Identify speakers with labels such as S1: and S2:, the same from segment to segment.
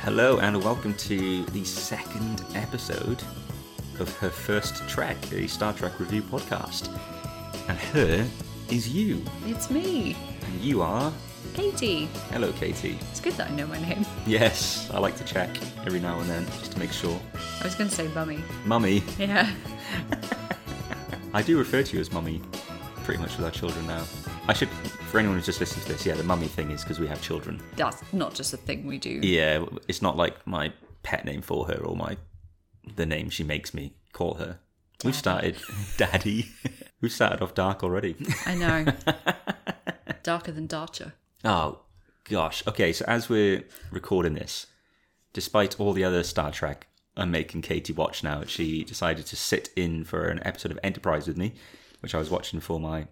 S1: Hello and welcome to the second episode of her first Trek, the Star Trek review podcast. And her is you,
S2: It's me,
S1: and you are.
S2: Katie.
S1: Hello, Katie.
S2: It's good that I know my name.
S1: Yes, I like to check every now and then just to make sure.
S2: I was going to say mummy.
S1: Mummy,
S2: Yeah.
S1: I do refer to you as mummy pretty much with our children now. I should, for anyone who's just listening to this, yeah, the mummy thing is because we have children.
S2: That's not just a thing we do.
S1: Yeah, it's not like my pet name for her or my the name she makes me call her. We've started Daddy. We've started off dark already.
S2: I know. Darker than Darcher.
S1: Oh gosh. Okay, so as we're recording this, despite all the other Star Trek I'm making Katie watch now, she decided to sit in for an episode of Enterprise with me, which I was watching for my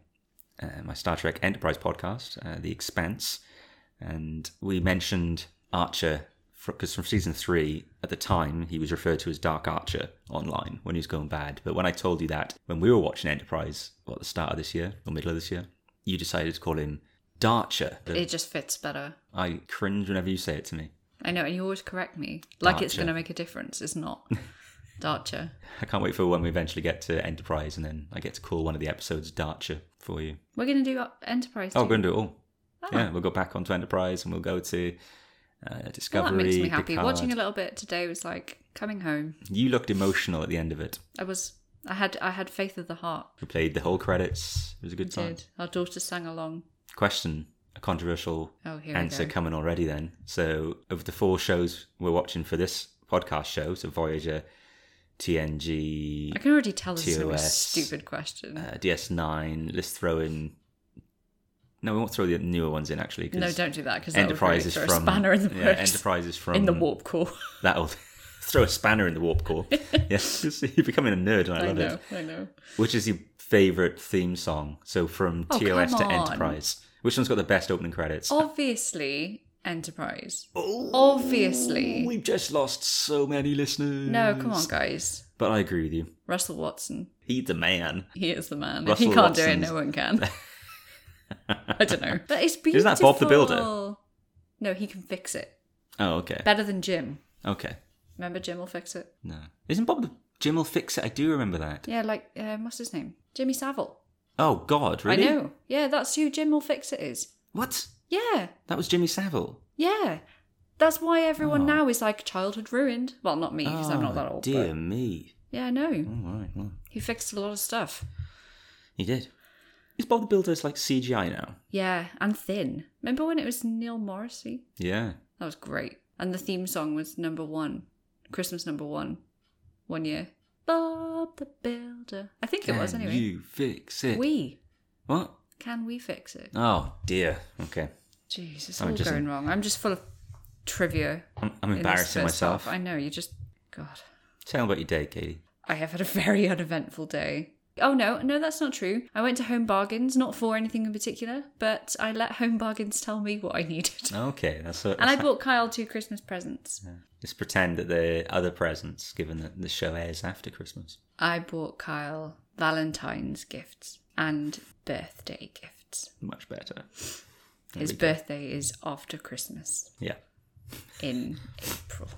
S1: uh, my Star Trek Enterprise podcast, uh, The Expanse, and we mentioned Archer because from season three at the time he was referred to as Dark Archer online when he was going bad. But when I told you that when we were watching Enterprise, what at the start of this year or middle of this year, you decided to call him. Darcher. the-
S2: It just fits better.
S1: I cringe whenever you say it to me.
S2: I know, and you always correct me. Like it's
S1: Darcher.
S2: going to make a difference. It's not. Darcher.
S1: I can't wait for when we eventually get to Enterprise and then I get to call one of the episodes Darcher for you.
S2: We're going to do up- Enterprise.
S1: Oh,
S2: too.
S1: we're going to do it all.
S2: Ah.
S1: Yeah, we'll go back onto Enterprise and we'll go to uh,
S2: Well,
S1: Discovery.
S2: that makes me happy.
S1: Picard.
S2: Watching a little bit today was like coming home.
S1: You looked emotional at the end of it.
S2: I was. I had. I had faith of the heart.
S1: We played the whole credits. It was a good
S2: We
S1: time.
S2: did. Our daughter sang along.
S1: Question a controversial
S2: Oh, here
S1: answer
S2: we go.
S1: coming already then. So, of the four shows we're watching for this podcast show, so Voyager, TNG,
S2: I can already tell this is gonna be a
S1: TOS,
S2: stupid question.
S1: uh, DS9. Let's throw in. No, we won't throw the newer ones in actually. 'cause
S2: No, don't do that because
S1: Enterprise
S2: Enterprise
S1: is
S2: that would really
S1: from
S2: throw a spanner in the
S1: yeah,
S2: works.
S1: Enterprise is from
S2: in the warp core.
S1: That'll throw a spanner in the warp core. yes, you're becoming a nerd, and I,
S2: I,
S1: love
S2: know,
S1: it.
S2: I know.
S1: Which is your favorite theme song? So from
S2: Oh,
S1: TOS to
S2: come on.
S1: Enterprise, which one's got the best opening credits?
S2: Obviously, Enterprise.
S1: Oh,
S2: Obviously.
S1: we've just lost so many listeners.
S2: No, come on, guys.
S1: But I agree with you.
S2: Russell Watson.
S1: He's the man.
S2: He is the man. if
S1: Russell
S2: he can't do
S1: Watson's-
S2: it, no one can. I don't know. But it's beautiful.
S1: Isn't that Bob the Builder?
S2: No, he can fix it.
S1: Oh, okay,
S2: Better than Jim.
S1: okay.
S2: Remember Jim will fix it?
S1: No, isn't Bob the Jim will fix it? I do remember that.
S2: Yeah, like, um, what's his name? Jimmy Savile.
S1: Oh God, really?
S2: I know. Yeah, that's who Jim will fix it is.
S1: What?
S2: Yeah.
S1: That was Jimmy Savile.
S2: Yeah. That's why everyone
S1: Oh.
S2: now is like childhood ruined. Well, not me, because I'm not that old.
S1: Dear
S2: But
S1: me.
S2: yeah, I know.
S1: All right. Well,
S2: He fixed a lot of stuff.
S1: he did. Is Bob the Builder's like CGI now?
S2: Yeah, and thin. Remember when it was Neil Morrissey?
S1: Yeah.
S2: That was great. And the theme song was number one, Christmas number one, one year. Bob the Builder. I think it was
S1: Can
S2: anyway.
S1: You fix it.
S2: We.
S1: What?
S2: Can we fix it?
S1: Oh dear. Okay.
S2: Jeez, it's
S1: I'm
S2: all
S1: just-
S2: going wrong. I'm just full of trivia.
S1: I'm, I'm
S2: in this
S1: embarrassing
S2: first
S1: myself.
S2: half. I know, you just. God.
S1: Tell me about your day, Katie.
S2: I have had a very uneventful day. Oh no, no, that's not true. I went to Home Bargains, not for anything in particular, but I let Home Bargains tell me what I needed.
S1: Okay, that's a,
S2: And I bought Kyle two Christmas presents.
S1: Let's pretend that they're other presents, given that the show airs after Christmas.
S2: I bought Kyle Valentine's gifts and birthday gifts.
S1: Much better. There
S2: His
S1: we go.
S2: birthday is after Christmas
S1: Yeah.
S2: in April.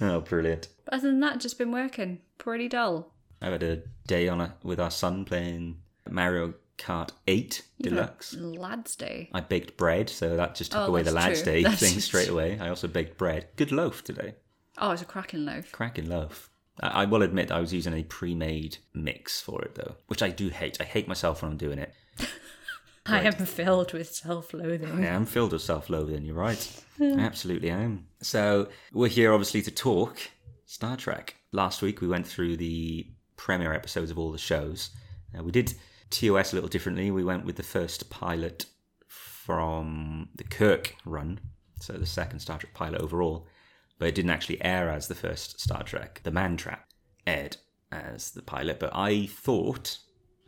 S1: Oh, brilliant.
S2: But other than that, just been working. Pretty dull.
S1: I've had a day on a, with our son playing Mario Kart 8
S2: You've had a
S1: Deluxe.
S2: Lad's Day.
S1: I baked bread, so that just took
S2: Oh,
S1: away the
S2: that's
S1: lad's
S2: true.
S1: day
S2: That's
S1: thing
S2: true.
S1: straight away. I also baked bread. Good loaf today.
S2: Oh, it's a cracking loaf.
S1: Cracking loaf. I, I will admit I was using a pre made mix for it though, which I do hate. I hate myself when I'm doing it.
S2: I am filled with self loathing.
S1: I am filled with self loathing, you're right. I absolutely am. So we're here obviously to talk Star Trek. Last week we went through the premiere episodes of all the shows. Uh, we did TOS a little differently. We went with the first pilot from the Kirk run, so the second Star Trek pilot overall, but it didn't actually air as the first Star Trek. The Man Trap aired as the pilot, but I thought,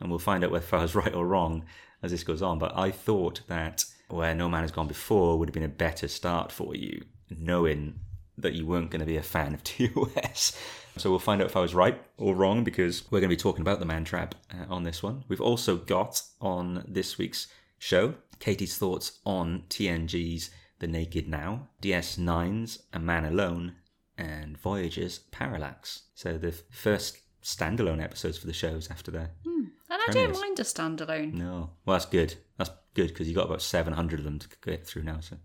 S1: and we'll find out whether I was right or wrong as this goes on, but I thought that Where No Man Has Gone Before would have been a better start for you, knowing that you weren't going to be a fan of TOS. So we'll find out if I was right or wrong because we're going to be talking about the man trap uh, on this one. We've also got on this week's show Katie's thoughts on TNG's The Naked Now, DS9's A Man Alone, and Voyager's Parallax. So the f- first standalone episodes for the shows after their
S2: And I don't
S1: Premieres.
S2: mind a standalone.
S1: no. Well, that's good. That's good because you got about 700 of them to get through now. So.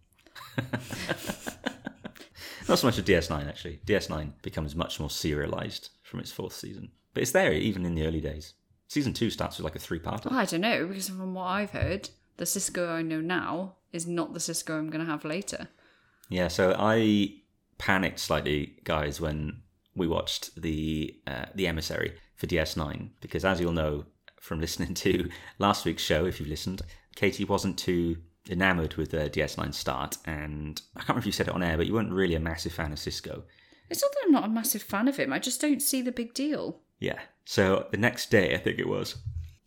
S1: Not so much of DS9, actually. DS9 becomes much more serialized from its fourth season. But it's there even in the early days. Season two starts with like a three part.
S2: Well, I don't know because from what I've heard, the Cisco I know now is not the Cisco I'm going to have later.
S1: Yeah, so I panicked slightly, guys, when we watched the uh, the emissary for DS9 because, as you'll know from listening to last week's show, if you've listened, Katie wasn't too enamored with the DS9 start, and I can't remember if you said it on air, but you weren't really a massive fan of Cisco.
S2: It's not that I'm not a massive fan of him. I just don't see the big deal.
S1: Yeah. So the next day, I think it was,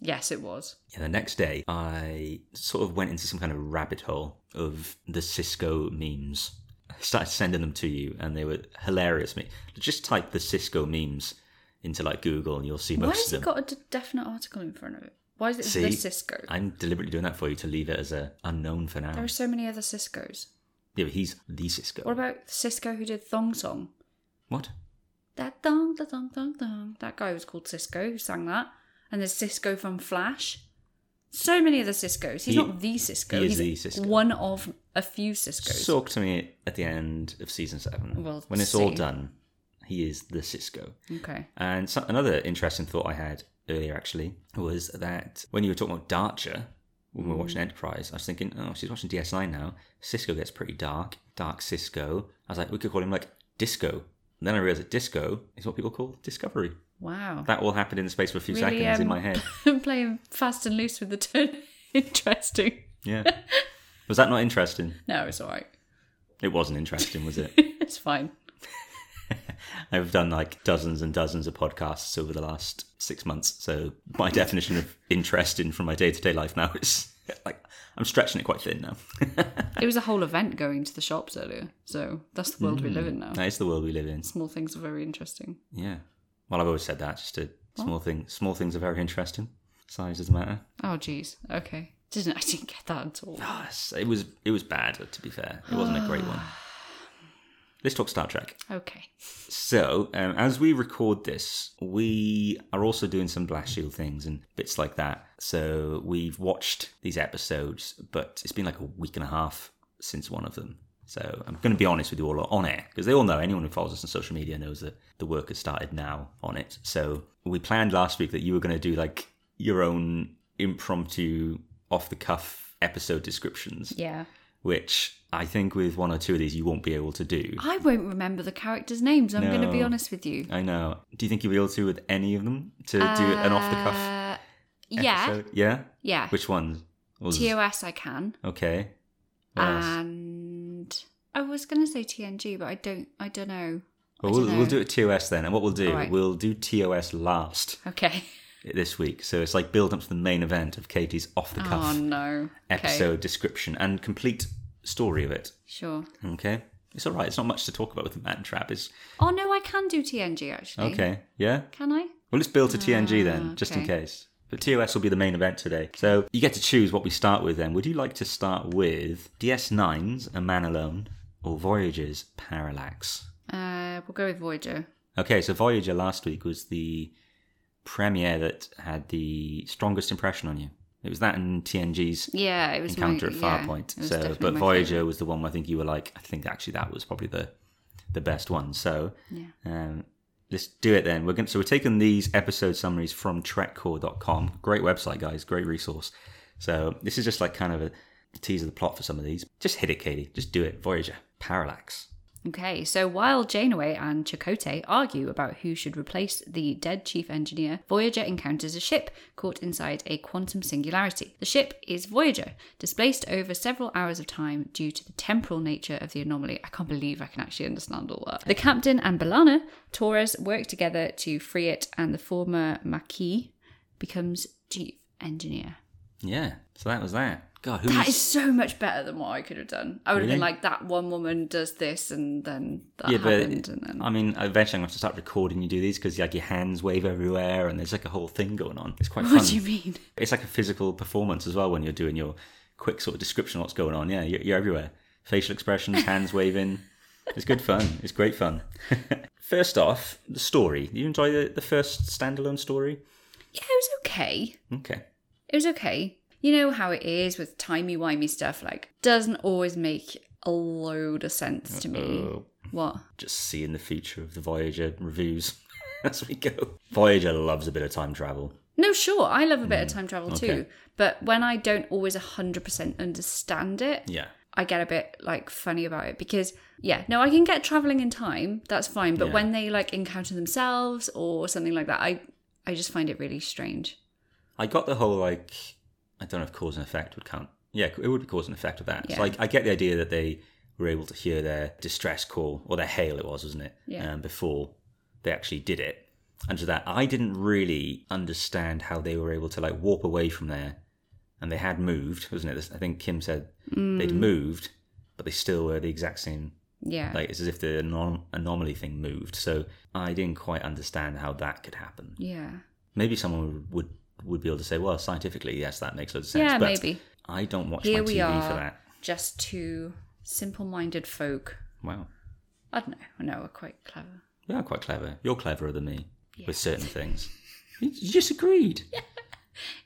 S2: Yes, it was.
S1: Yeah, the next day, I sort of went into some kind of rabbit hole of the Cisco memes. I started sending them to you, and they were hilarious. Me, just type the Cisco memes into like Google, and you'll see
S2: Why
S1: most
S2: has
S1: of them.
S2: it got a d- definite article in front of it? Why is it
S1: See,
S2: the Cisco?
S1: I'm deliberately doing that for you to leave it as a unknown for now.
S2: There are so many other Ciscos.
S1: Yeah, but he's the Cisco.
S2: What about Cisco who did Thong Song?
S1: What?
S2: That thong, da thong, thong, thong. That guy was called Cisco who sang that. And there's Cisco from Flash. So many other Ciscos. He's
S1: He-
S2: not the Cisco.
S1: he is
S2: He's
S1: the Cisco.
S2: One of a few Ciscos.
S1: Talk to me at the end of season seven.
S2: Well,
S1: when it's all
S2: see.
S1: done, he is the Cisco.
S2: okay.
S1: And so, another interesting thought I had earlier actually was that when you were talking about Darcher, when we were
S2: Mm.
S1: watching Enterprise, I was thinking, oh, she's watching DS9 now. Cisco gets pretty dark, dark Cisco. I was like, we could call him like Disco. And then I realized that Disco is what people call Discovery.
S2: Wow.
S1: That all happened in the space of a few
S2: Really,
S1: seconds in
S2: um,
S1: my head.
S2: playing fast and loose with the turn. Interesting.
S1: Yeah. was that not interesting?
S2: No, it's all right.
S1: It wasn't interesting, was it?
S2: it's fine.
S1: I've done like dozens and dozens of podcasts over the last six months. So my definition of interesting from my day to day life now is like I'm stretching it quite thin now.
S2: It was a whole event going to the shops earlier, so that's the world we live in now.
S1: That is the world we live in.
S2: Small things are very interesting.
S1: Yeah. Well, I've always said that. Just a small thing. Small things are very interesting. Size doesn't matter.
S2: Oh, geez. Okay. Didn't I didn't get that at all?
S1: Ah, s- It was it was bad. To be fair, it wasn't a great one. Let's talk Star Trek.
S2: Okay.
S1: So, um, as we record this, we are also doing some Blast Shield things and bits like that. So, we've watched these episodes, but it's been like a week and a half since one of them. So, I'm going to be honest with you all on air because they all know, anyone who follows us on social media knows that the work has started now on it. So, we planned last week that you were going to do like your own impromptu, off the cuff episode descriptions,
S2: Yeah.
S1: which I think with one or two of these, you won't be able to do.
S2: I won't remember the characters' names. I'm going to be
S1: No.
S2: honest with you.
S1: I know. Do you think you'll be able to with any of them to do an off the cuff?
S2: Uh, yeah.
S1: Episode? Yeah.
S2: Yeah.
S1: Which ones? Was-
S2: TOS I can.
S1: Okay. What else?
S2: Um, And I was going to say TNG, but I don't. I don't know.
S1: Well,
S2: I
S1: we'll,
S2: don't know.
S1: we'll do it TOS then, and what we'll do,
S2: Alright.
S1: we'll do TOS last
S2: Okay.
S1: this week. So it's like build up to the main event of Katie's off the
S2: Oh
S1: cuff
S2: no.
S1: episode
S2: Okay.
S1: description and complete story of it.
S2: Sure.
S1: Okay. It's all right. It's not much to talk about with the man trap. Is
S2: Oh no, I can do TNG actually.
S1: okay. Yeah.
S2: Can I?
S1: Well, let's build to TNG then,
S2: Ah,
S1: just in
S2: okay.
S1: case. But TOS will be the main event today. So you get to choose what we start with then. Would you like to start with DS9's A Man Alone or Voyager's Parallax?
S2: Uh, we'll go with Voyager.
S1: Okay, so Voyager last week was the premiere that had the strongest impression on you. It was that and TNG's
S2: Yeah, it was
S1: encounter
S2: my,
S1: at
S2: yeah,
S1: Farpoint.
S2: it was
S1: so,
S2: definitely
S1: but
S2: my
S1: Voyager
S2: favourite.
S1: was the one where I think you were like, I think actually that was probably the the best one. So,
S2: Yeah.
S1: um, let's do it then. We're going to so we're taking these episode summaries from trekcore.com. Great website, guys. Great resource. So this is just like kind of a tease of the plot for some of these. Just hit it, Katie. Just do it. Voyager, Parallax.
S2: Okay, so while Janeway and Chakotay argue about who should replace the dead chief engineer, Voyager encounters a ship caught inside a quantum singularity. The ship is Voyager, displaced over several hours of time due to the temporal nature of the anomaly. I can't believe I can actually understand all that. The captain and Balana Torres work together to free it, and the former Maquis becomes chief engineer.
S1: Yeah. So that was that. God, who
S2: That
S1: was-
S2: is so much better than what I could have done. I would have
S1: Really?
S2: been like, that one woman does this, and then that
S1: yeah, but
S2: happened, and then
S1: I mean, eventually I'm going to start recording you do these because like your hands wave everywhere and there's like a whole thing going on. It's quite fun.
S2: What do you mean?
S1: It's like a physical performance as well when you're doing your quick sort of description of what's going on. Yeah, you're, you're everywhere. Facial expressions, hands waving. It's good fun. It's great fun. first off, the story. Did you enjoy the, the first standalone story?
S2: Yeah, it was okay.
S1: Okay.
S2: It was okay. You know how it is with timey wimey stuff. Like, doesn't always make a load of sense to me.
S1: Uh-oh.
S2: What?
S1: Just seeing the future of the Voyager reviews as we go. Voyager loves a bit of time travel.
S2: No, sure, I love a bit of time travel too,
S1: Hmm, okay.
S2: but when I don't always hundred percent understand it,
S1: Yeah.
S2: I get a bit like funny about it because yeah, no, I can get traveling in time, that's fine, but
S1: Yeah.
S2: when they like encounter themselves or something like that, I I just find it really strange.
S1: I got the whole like I don't know if cause and effect would count. Yeah, it would be cause and effect of that.
S2: Yeah.
S1: So like I get the idea that they were able to hear their distress call or their hail it was, wasn't it?
S2: Yeah.
S1: Um, before they actually did it. And to that, I didn't really understand how they were able to like warp away from there. And they had moved, wasn't it? This- I think Kim said they'd moved, but they still were the exact same.
S2: Mm. Yeah.
S1: Like it's as if the anom- anomaly thing moved. So I didn't quite understand how that could happen
S2: yeah.
S1: maybe someone would, would would be able to say, well, scientifically, yes, that makes loads of sense.
S2: Yeah,
S1: but
S2: maybe.
S1: I don't watch
S2: Here
S1: my
S2: we
S1: TV
S2: are
S1: for that.
S2: just two simple minded folk
S1: Wow,
S2: I don't know. No, we're quite clever.
S1: you are quite clever. You're cleverer than me with certain things. you you just agreed.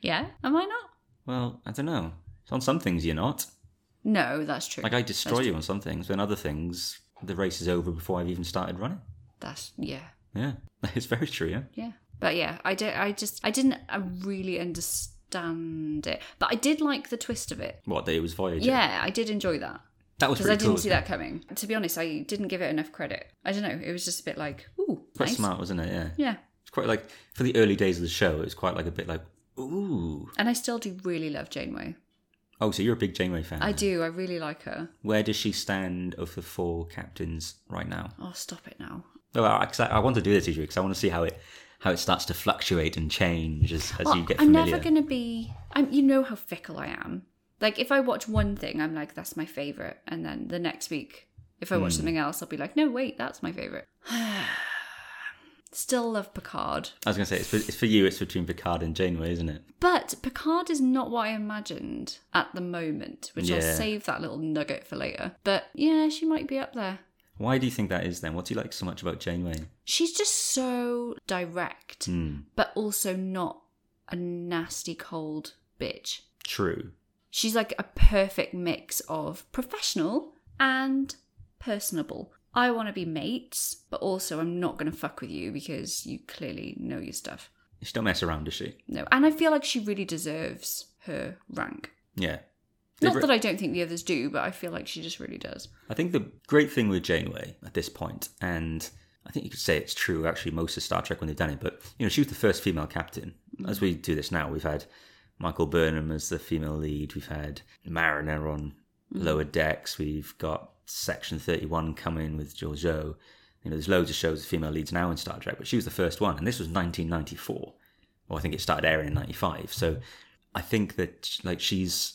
S2: Yeah? Am I not?
S1: Well, I don't know. On some things, you're not.
S2: No, that's true.
S1: Like I destroy you on some things, but on other things, the race is over before I've even started running.
S2: That's yeah,
S1: Yeah, it's very true. Yeah.
S2: yeah. But yeah, I don't. I just I didn't uh, really understand it, but I did like the twist of it.
S1: What day it was Voyager?
S2: Yeah, I did enjoy that
S1: that was
S2: because
S1: pretty
S2: I didn't
S1: cool,
S2: see
S1: wasn't
S2: that
S1: it?
S2: coming. To be honest, I didn't give it enough credit. I don't know. It was just a bit like ooh,
S1: Quite
S2: nice.
S1: smart, wasn't it? Yeah.
S2: Yeah,
S1: It's quite like for the early days of the show, it was quite like a bit like ooh.
S2: and I still do really love Janeway.
S1: Oh, so you're a big Janeway fan?
S2: I
S1: then?
S2: do. I really like her.
S1: Where does she stand of the four captains right now?
S2: Oh, stop it now.
S1: No, I, 'cause I, I want to do this issue because I want to see how it how it starts to fluctuate and change as, as
S2: Well,
S1: you get
S2: I'm
S1: familiar.
S2: never gonna be. I'm. You know how fickle I am. Like if I watch one thing, I'm like, that's my favorite, and then the next week, if I
S1: Hmm.
S2: watch something else, I'll be like, no, wait, that's my favorite. Still love Picard,
S1: I was going to say it's for, it's for you. It's between Picard and Janeway, isn't it?
S2: but Picard is not what I imagined at the moment, which I'll
S1: Yeah.
S2: save that little nugget for later. But yeah, she might be up there.
S1: Why do you think that is then? What do you like so much about Janeway?
S2: She's just so direct,
S1: Hmm.
S2: but also not a nasty cold bitch.
S1: True.
S2: She's like a perfect mix of professional and personable. I want to be mates, but also I'm not going to fuck with you because you clearly know your stuff.
S1: She don't mess around, does she?
S2: No, and I feel like she really deserves her rank.
S1: Yeah.
S2: Not
S1: They've-
S2: that I don't think the others do, but I feel like she just really does.
S1: I think the great thing with Janeway at this point, and I think you could say it's true actually most of Star Trek when they've done it, but you know, she was the first female captain.
S2: Mm.
S1: As we do this now, we've had Michael Burnham as the female lead, we've had Mariner on
S2: Mm.
S1: lower decks, we've got Section Thirty One coming with Giorgio. You know, there's loads of shows with female leads now in Star Trek, but she was the first one, and this was 1994. Well, I think it started airing in 95. So I think that like she's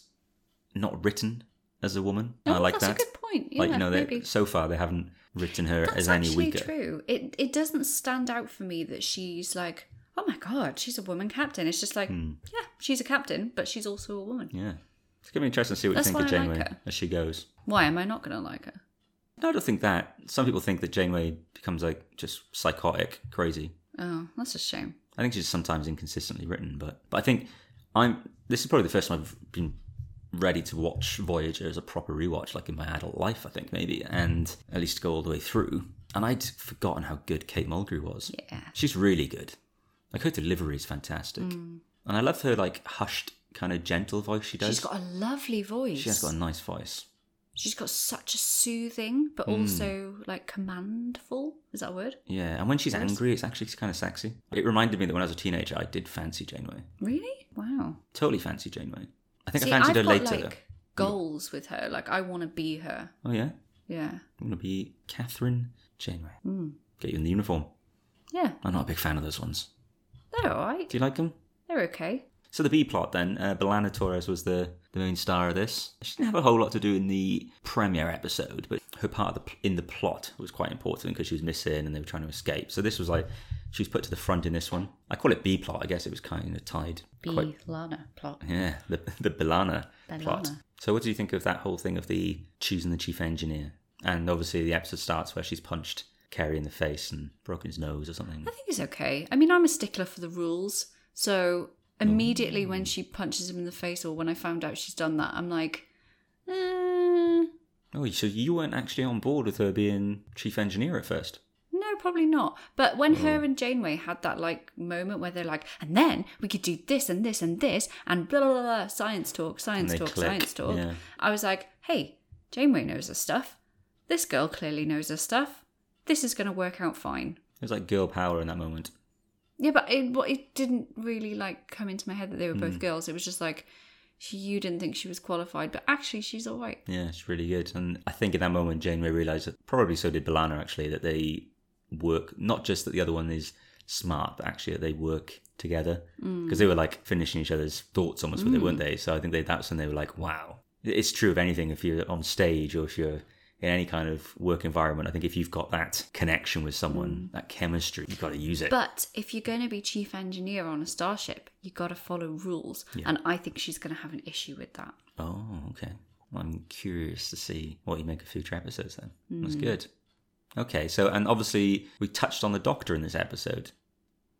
S1: not written as a woman.
S2: Oh,
S1: I like
S2: that's
S1: that
S2: a good point. Yeah,
S1: like you know
S2: maybe.
S1: they so far they haven't written her
S2: That's
S1: as any
S2: actually
S1: weaker
S2: true. It it doesn't stand out for me that she's like, oh my god, she's a woman captain. It's just like, yeah, she's a captain, but she's also a woman.
S1: Hmm. yeah it's gonna be interesting to see what
S2: That's
S1: you think of
S2: why I like
S1: janeway
S2: her.
S1: as she goes
S2: Why am I not going to like her?
S1: no, i don't think that some people think that janeway becomes like just psychotic crazy
S2: Oh, that's a shame.
S1: i think she's sometimes inconsistently written but but i think i'm this is probably the first time i've been ready to watch voyager as a proper rewatch like in my adult life i think maybe and at least go all the way through and i'd forgotten how good kate mulgrew was
S2: Yeah.
S1: She's really good. Like her delivery is fantastic,
S2: Mm.
S1: and I love her like hushed, kind of gentle voice she does.
S2: She's got a lovely voice.
S1: she has got a nice voice.
S2: She's got such a soothing,
S1: Hmm.
S2: but also like commandful. Is that a word?
S1: Yeah, and when she's angry, it's actually kind of sexy. It reminded me that when I was a teenager, I did fancy Janeway.
S2: Really? Wow.
S1: Totally fancy Janeway. I think
S2: See,
S1: I fancied
S2: I've
S1: her
S2: got
S1: later.
S2: like goals with her. Like I want to be her.
S1: though. Oh yeah,
S2: Yeah.
S1: I'm gonna be Catherine Janeway.
S2: Mm.
S1: Get you in the uniform.
S2: Yeah.
S1: I'm not a big fan of those ones.
S2: They're all right.
S1: Do you like them?
S2: They're okay.
S1: So the B plot then, uh, Belana Torres was the, the main star of this. She didn't have a whole lot to do in the premiere episode, but her part of the, pl- in the plot was quite important because she was missing and they were trying to escape. So this was like she was put to the front in this one. I call it B plot. I guess it was kind of tied.
S2: Be
S1: quite-
S2: Lana plot.
S1: yeah, the the Belana, plot.
S2: Bellana.
S1: So what do you think of that whole thing of the choosing the chief engineer? And obviously the episode starts where she's punched Kerry in the face and broken his nose or something.
S2: I think it's okay. I mean, I'm a stickler for the rules. So
S1: Mm.
S2: immediately when she punches him in the face, or when I found out she's done that, I'm like, eh,
S1: Oh, so you weren't actually on board with her being chief engineer at first.
S2: no, probably not. But
S1: Hmm.
S2: when her and Janeway had that like moment where they're like, and then we could do this and this and this and blah blah blah, blah science talk, science
S1: they
S2: talk,
S1: click,
S2: science talk.
S1: yeah.
S2: I was like, hey, Janeway knows her stuff. This girl clearly knows her stuff. This is going to work out fine.
S1: It was like girl power in that moment.
S2: Yeah, but it what it didn't really like come into my head that they were
S1: Hmm.
S2: both girls. It was just like she, you didn't think she was qualified, but actually she's all right.
S1: Yeah, it's really good. And I think at that moment, Janeway realised that probably so did Belana actually that they work not just that the other one is smart, but actually that they work together because they were like finishing each other's thoughts almost with it, weren't they? So I think they, that's when they were like, wow, it's true of anything. If you're on stage or if you're in any kind of work environment, I think if you've got that connection with someone, that chemistry, you've got to use it.
S2: But if you're going to be chief engineer on a starship, you got to follow rules, and I think she's going to have an issue with that.
S1: Oh, okay. Well, I'm curious to see what you make of future episodes then. That's
S2: Hmm.
S1: good. Okay, so, and obviously, we touched on the doctor in this episode.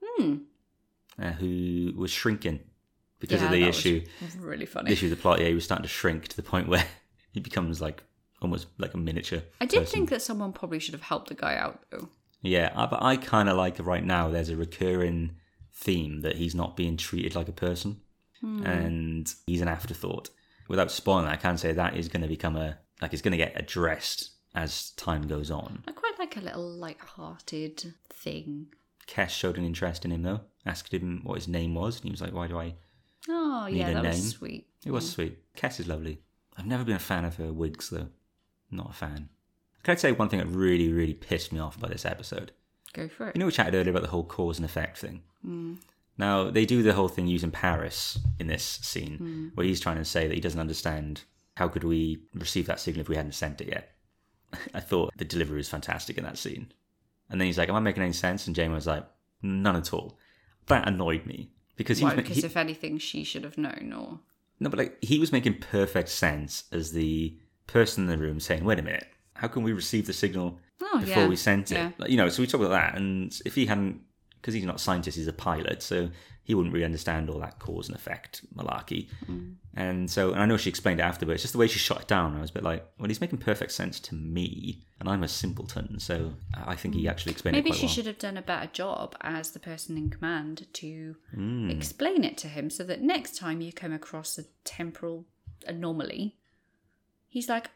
S2: Hmm.
S1: Uh, who was shrinking because
S2: Yeah,
S1: of the
S2: that was
S1: issue,
S2: Really
S1: the
S2: funny.
S1: issue of the plot. Yeah, he was starting to shrink to the point where he becomes like almost like a miniature.
S2: I did
S1: person.
S2: think that someone probably should have helped the guy out though.
S1: Yeah, I- but I kind of like right now. There's a recurring theme that he's not being treated like a person,
S2: Hmm.
S1: Uh, and he's an afterthought. Without spoiling, I can say that is going to become a like it's going to get addressed as time goes on.
S2: I quite like a little light-hearted thing.
S1: Kesh showed an interest in him though, asked him what his name was, and he was like, "Why do I?"
S2: Oh yeah,
S1: Need a
S2: that
S1: name?
S2: was sweet.
S1: It was sweet. Kesh is lovely. I've never been a fan of her wigs though. Not a fan. Can I say one thing that really, really pissed me off about this episode?
S2: Go for it. Hmm.
S1: You know, we chatted earlier about the whole cause and effect thing. Now, they do the whole thing using Paris in this scene,
S2: Hmm.
S1: where he's trying to say that he doesn't understand how could we receive that signal if we hadn't sent it yet. I thought the delivery was fantastic in that scene. And then he's like, Am I making any sense? And Jamie was like, None at all. That annoyed me. Because he,
S2: Why?
S1: was, ma-
S2: Because
S1: he-
S2: if anything, she should have known. Or
S1: no, but like he was making perfect sense as the person in the room saying, "Wait a minute, how can we receive the signal
S2: Oh,
S1: before
S2: yeah.
S1: we sent it?"
S2: Yeah.
S1: Like, you know, so we talk about that, and if he hadn't, because he's not a scientist, he's a pilot, so he wouldn't really understand all that cause and effect malarkey.
S2: Mm.
S1: And so, and I know she explained it after, but it's just the way she shot it down. I was a bit like, "Well, he's making perfect sense to me, and I'm a simpleton." So I I think he actually explained
S2: Mm. Maybe
S1: it quite
S2: she
S1: well.
S2: should have done a better job as the person in command to
S1: Hmm.
S2: explain it to him so that next time you come across a temporal anomaly, he's like,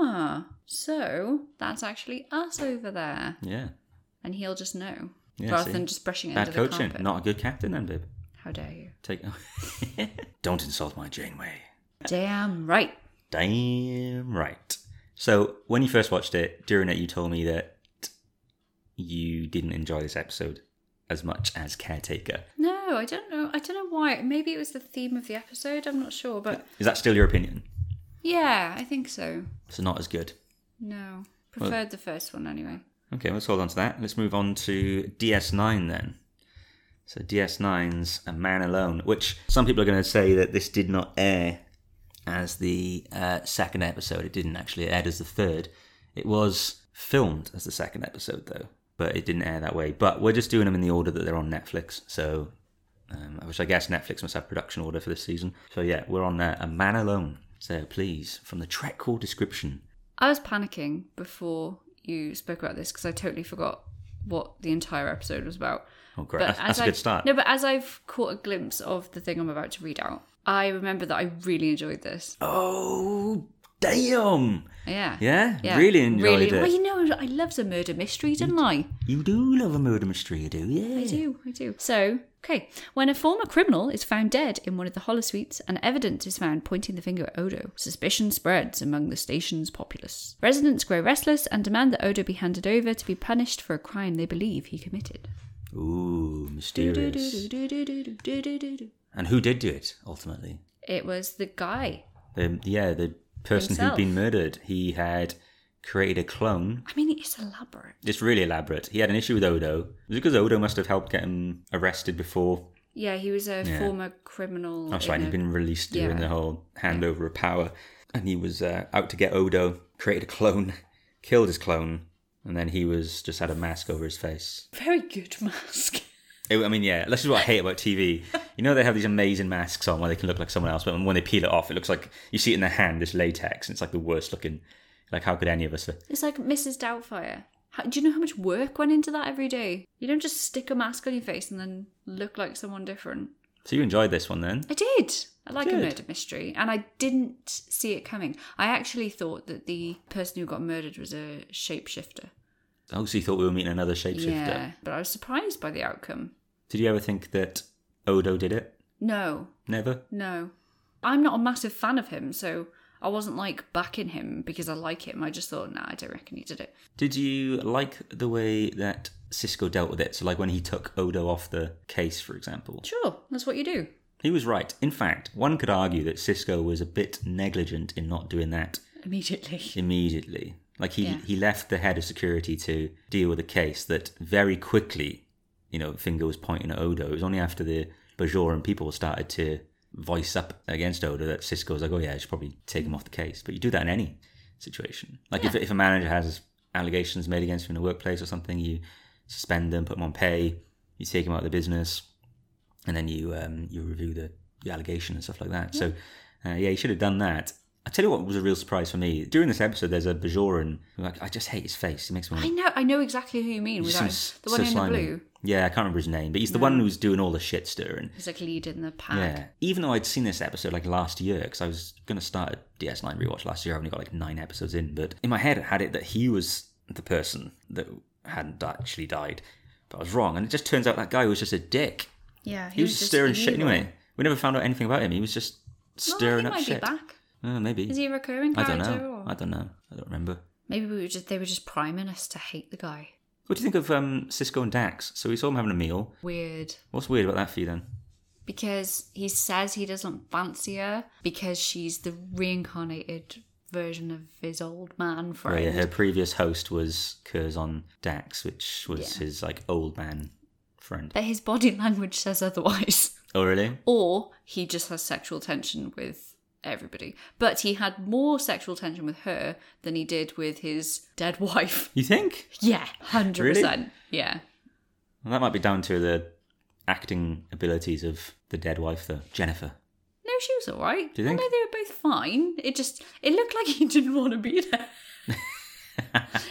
S2: ah, so that's actually us over there.
S1: Yeah,
S2: And he'll just know
S1: Yeah,
S2: rather
S1: see?
S2: than just brushing it
S1: bad
S2: under the
S1: coaching,
S2: carpet.
S1: not a good captain, then, babe.
S2: How dare you?
S1: Take. Don't insult my Janeway.
S2: Damn right.
S1: Damn right. So when you first watched it, during it, you told me that you didn't enjoy this episode as much as Caretaker.
S2: No, I don't know. I don't know why. Maybe it was the theme of the episode. I'm not sure, but
S1: Is that still your opinion?
S2: yeah, I think so.
S1: So not as good.
S2: No, preferred the first one anyway.
S1: Okay, let's hold on to that. Let's move on to DS9 then. So DS9's A Man Alone, which some people are going to say that this did not air as the uh, second episode. It didn't actually. It aired as the third. It was filmed as the second episode though, but it didn't air that way. But we're just doing them in the order that they're on Netflix. So, um, which I guess Netflix must have production order for this season. So yeah, we're on uh, A Man Alone. So please, from the track call description,
S2: I was panicking before you spoke about this because I totally forgot what the entire episode was about.
S1: Oh, great. That's- that's
S2: a
S1: a good start.
S2: No, but as I've caught a glimpse of the thing I'm about to read out, I remember that I really enjoyed this.
S1: Oh, damn.
S2: Yeah.
S1: Yeah? Really enjoyed it.
S2: Well, you know, I loved a murder mystery, didn't I?
S1: You do love a murder mystery, you do, yeah.
S2: I do, I do. So, okay. When a former criminal is found dead in one of the hollow suites and evidence is found pointing the finger at Odo, suspicion spreads among the station's populace. Residents grow restless and demand that Odo be handed over to be punished for a crime they believe he committed.
S1: Ooh, mysterious.
S2: It
S1: And who did do it, ultimately?
S2: was the guy.
S1: The, yeah, the person
S2: Himself.
S1: who'd been murdered. He had created a clone.
S2: I mean, it's elaborate.
S1: It's really elaborate. He had an issue with Odo. It was because Odo must have helped get him arrested before.
S2: Yeah, he was a
S1: Yeah.
S2: former criminal.
S1: That's right,
S2: in
S1: he'd
S2: a-
S1: been released during
S2: yeah.
S1: the whole handover of power. And he was uh, out to get Odo, created a clone, killed his clone, and then he was just had a mask over his face.
S2: Very good mask.
S1: It- I mean, yeah, this is what I hate about TV. You know, they have these amazing masks on where they can look like someone else, but when they peel it off, it looks like you see it in their hand, this latex, and it's like the worst looking. Like, how could any of us?
S2: It's like Mrs. Doubtfire. How, do you know how much work went into that every day? You don't just stick a mask on your face and then look like someone different.
S1: So, you enjoyed this one then?
S2: I did. I like
S1: Good.
S2: a murder mystery, and I didn't see it coming. I actually thought that the person who got murdered was a shapeshifter.
S1: Oh, so you thought we were meeting another shapeshifter.
S2: Yeah, but I was surprised by the outcome.
S1: Did you ever think that Odo did it?
S2: No,
S1: Never?
S2: no, I'm not a massive fan of him, so I wasn't like backing him because I like him. I just thought, nah, I don't reckon he did it.
S1: Did you like the way that Cisco dealt with it? So, like when he took Odo off the case, for example,
S2: Sure, that's what you do.
S1: he was right. In fact, one could argue that Cisco was a bit negligent in not doing that
S2: Immediately.
S1: immediately. Like he,
S2: Yeah.
S1: he left the head of security to deal with a case that very quickly, you know, finger was pointing at Odo. It was only after the Bajoran people started to voice up against Odo that Cisco was like, oh yeah, I should probably take him off the case. But you do that in any situation. Like if, if a manager has allegations made against him in the workplace or something, you suspend them, put them on pay, you take him out of the business, and then you um, you review the, the allegation and stuff like that. So uh, yeah, you should have done that. I tell you what was a real surprise for me during this episode. There's a Bajoran. who I, I just hate his face. He makes me.
S2: I
S1: want-
S2: know, I know exactly who you mean.
S1: he just
S2: Without
S1: seems
S2: the one
S1: so
S2: in
S1: slimy.
S2: the blue,
S1: Yeah, I can't remember his name, but he's the one who's doing all the shit stirring.
S2: who's like leading the pack.
S1: Yeah, even though I'd seen this episode like last year, because I was gonna start a DS9 rewatch last year. I only got like nine episodes in, but in my head, I had it that he was the person that hadn't actually died, but I was wrong. And it just turns out that guy was just a dick.
S2: Yeah, he,
S1: He, was, just stirring shit
S2: evil.
S1: anyway. We never found out anything about him. He was just
S2: Well,
S1: stirring
S2: he
S1: up
S2: might
S1: shit.
S2: Be back.
S1: Uh, maybe.
S2: Is he a recurring
S1: I don't
S2: character?
S1: know.
S2: Or?
S1: I don't know. I don't remember.
S2: Maybe we were just they were just priming us to hate the guy.
S1: What do you think of um, Cisco and Dax? So we saw him having a meal.
S2: Weird.
S1: What's weird about that for you then?
S2: Because he says he doesn't fancy her because she's the reincarnated version of his old man
S1: Oh,
S2: friend.
S1: yeah, her previous host was Curzon Dax, which was
S2: Yeah.
S1: his like old man friend.
S2: But his body language says otherwise.
S1: Oh really?
S2: Or he just has sexual tension with everybody. But he had more sexual tension with her than he did with his dead wife.
S1: You think?
S2: Yeah, 100%. Yeah.
S1: Well, that might be down to the acting abilities of the dead wife, though Jennifer.
S2: No, she was all right.
S1: Do you think?
S2: I know they were both fine. It just it looked like he didn't want to be there.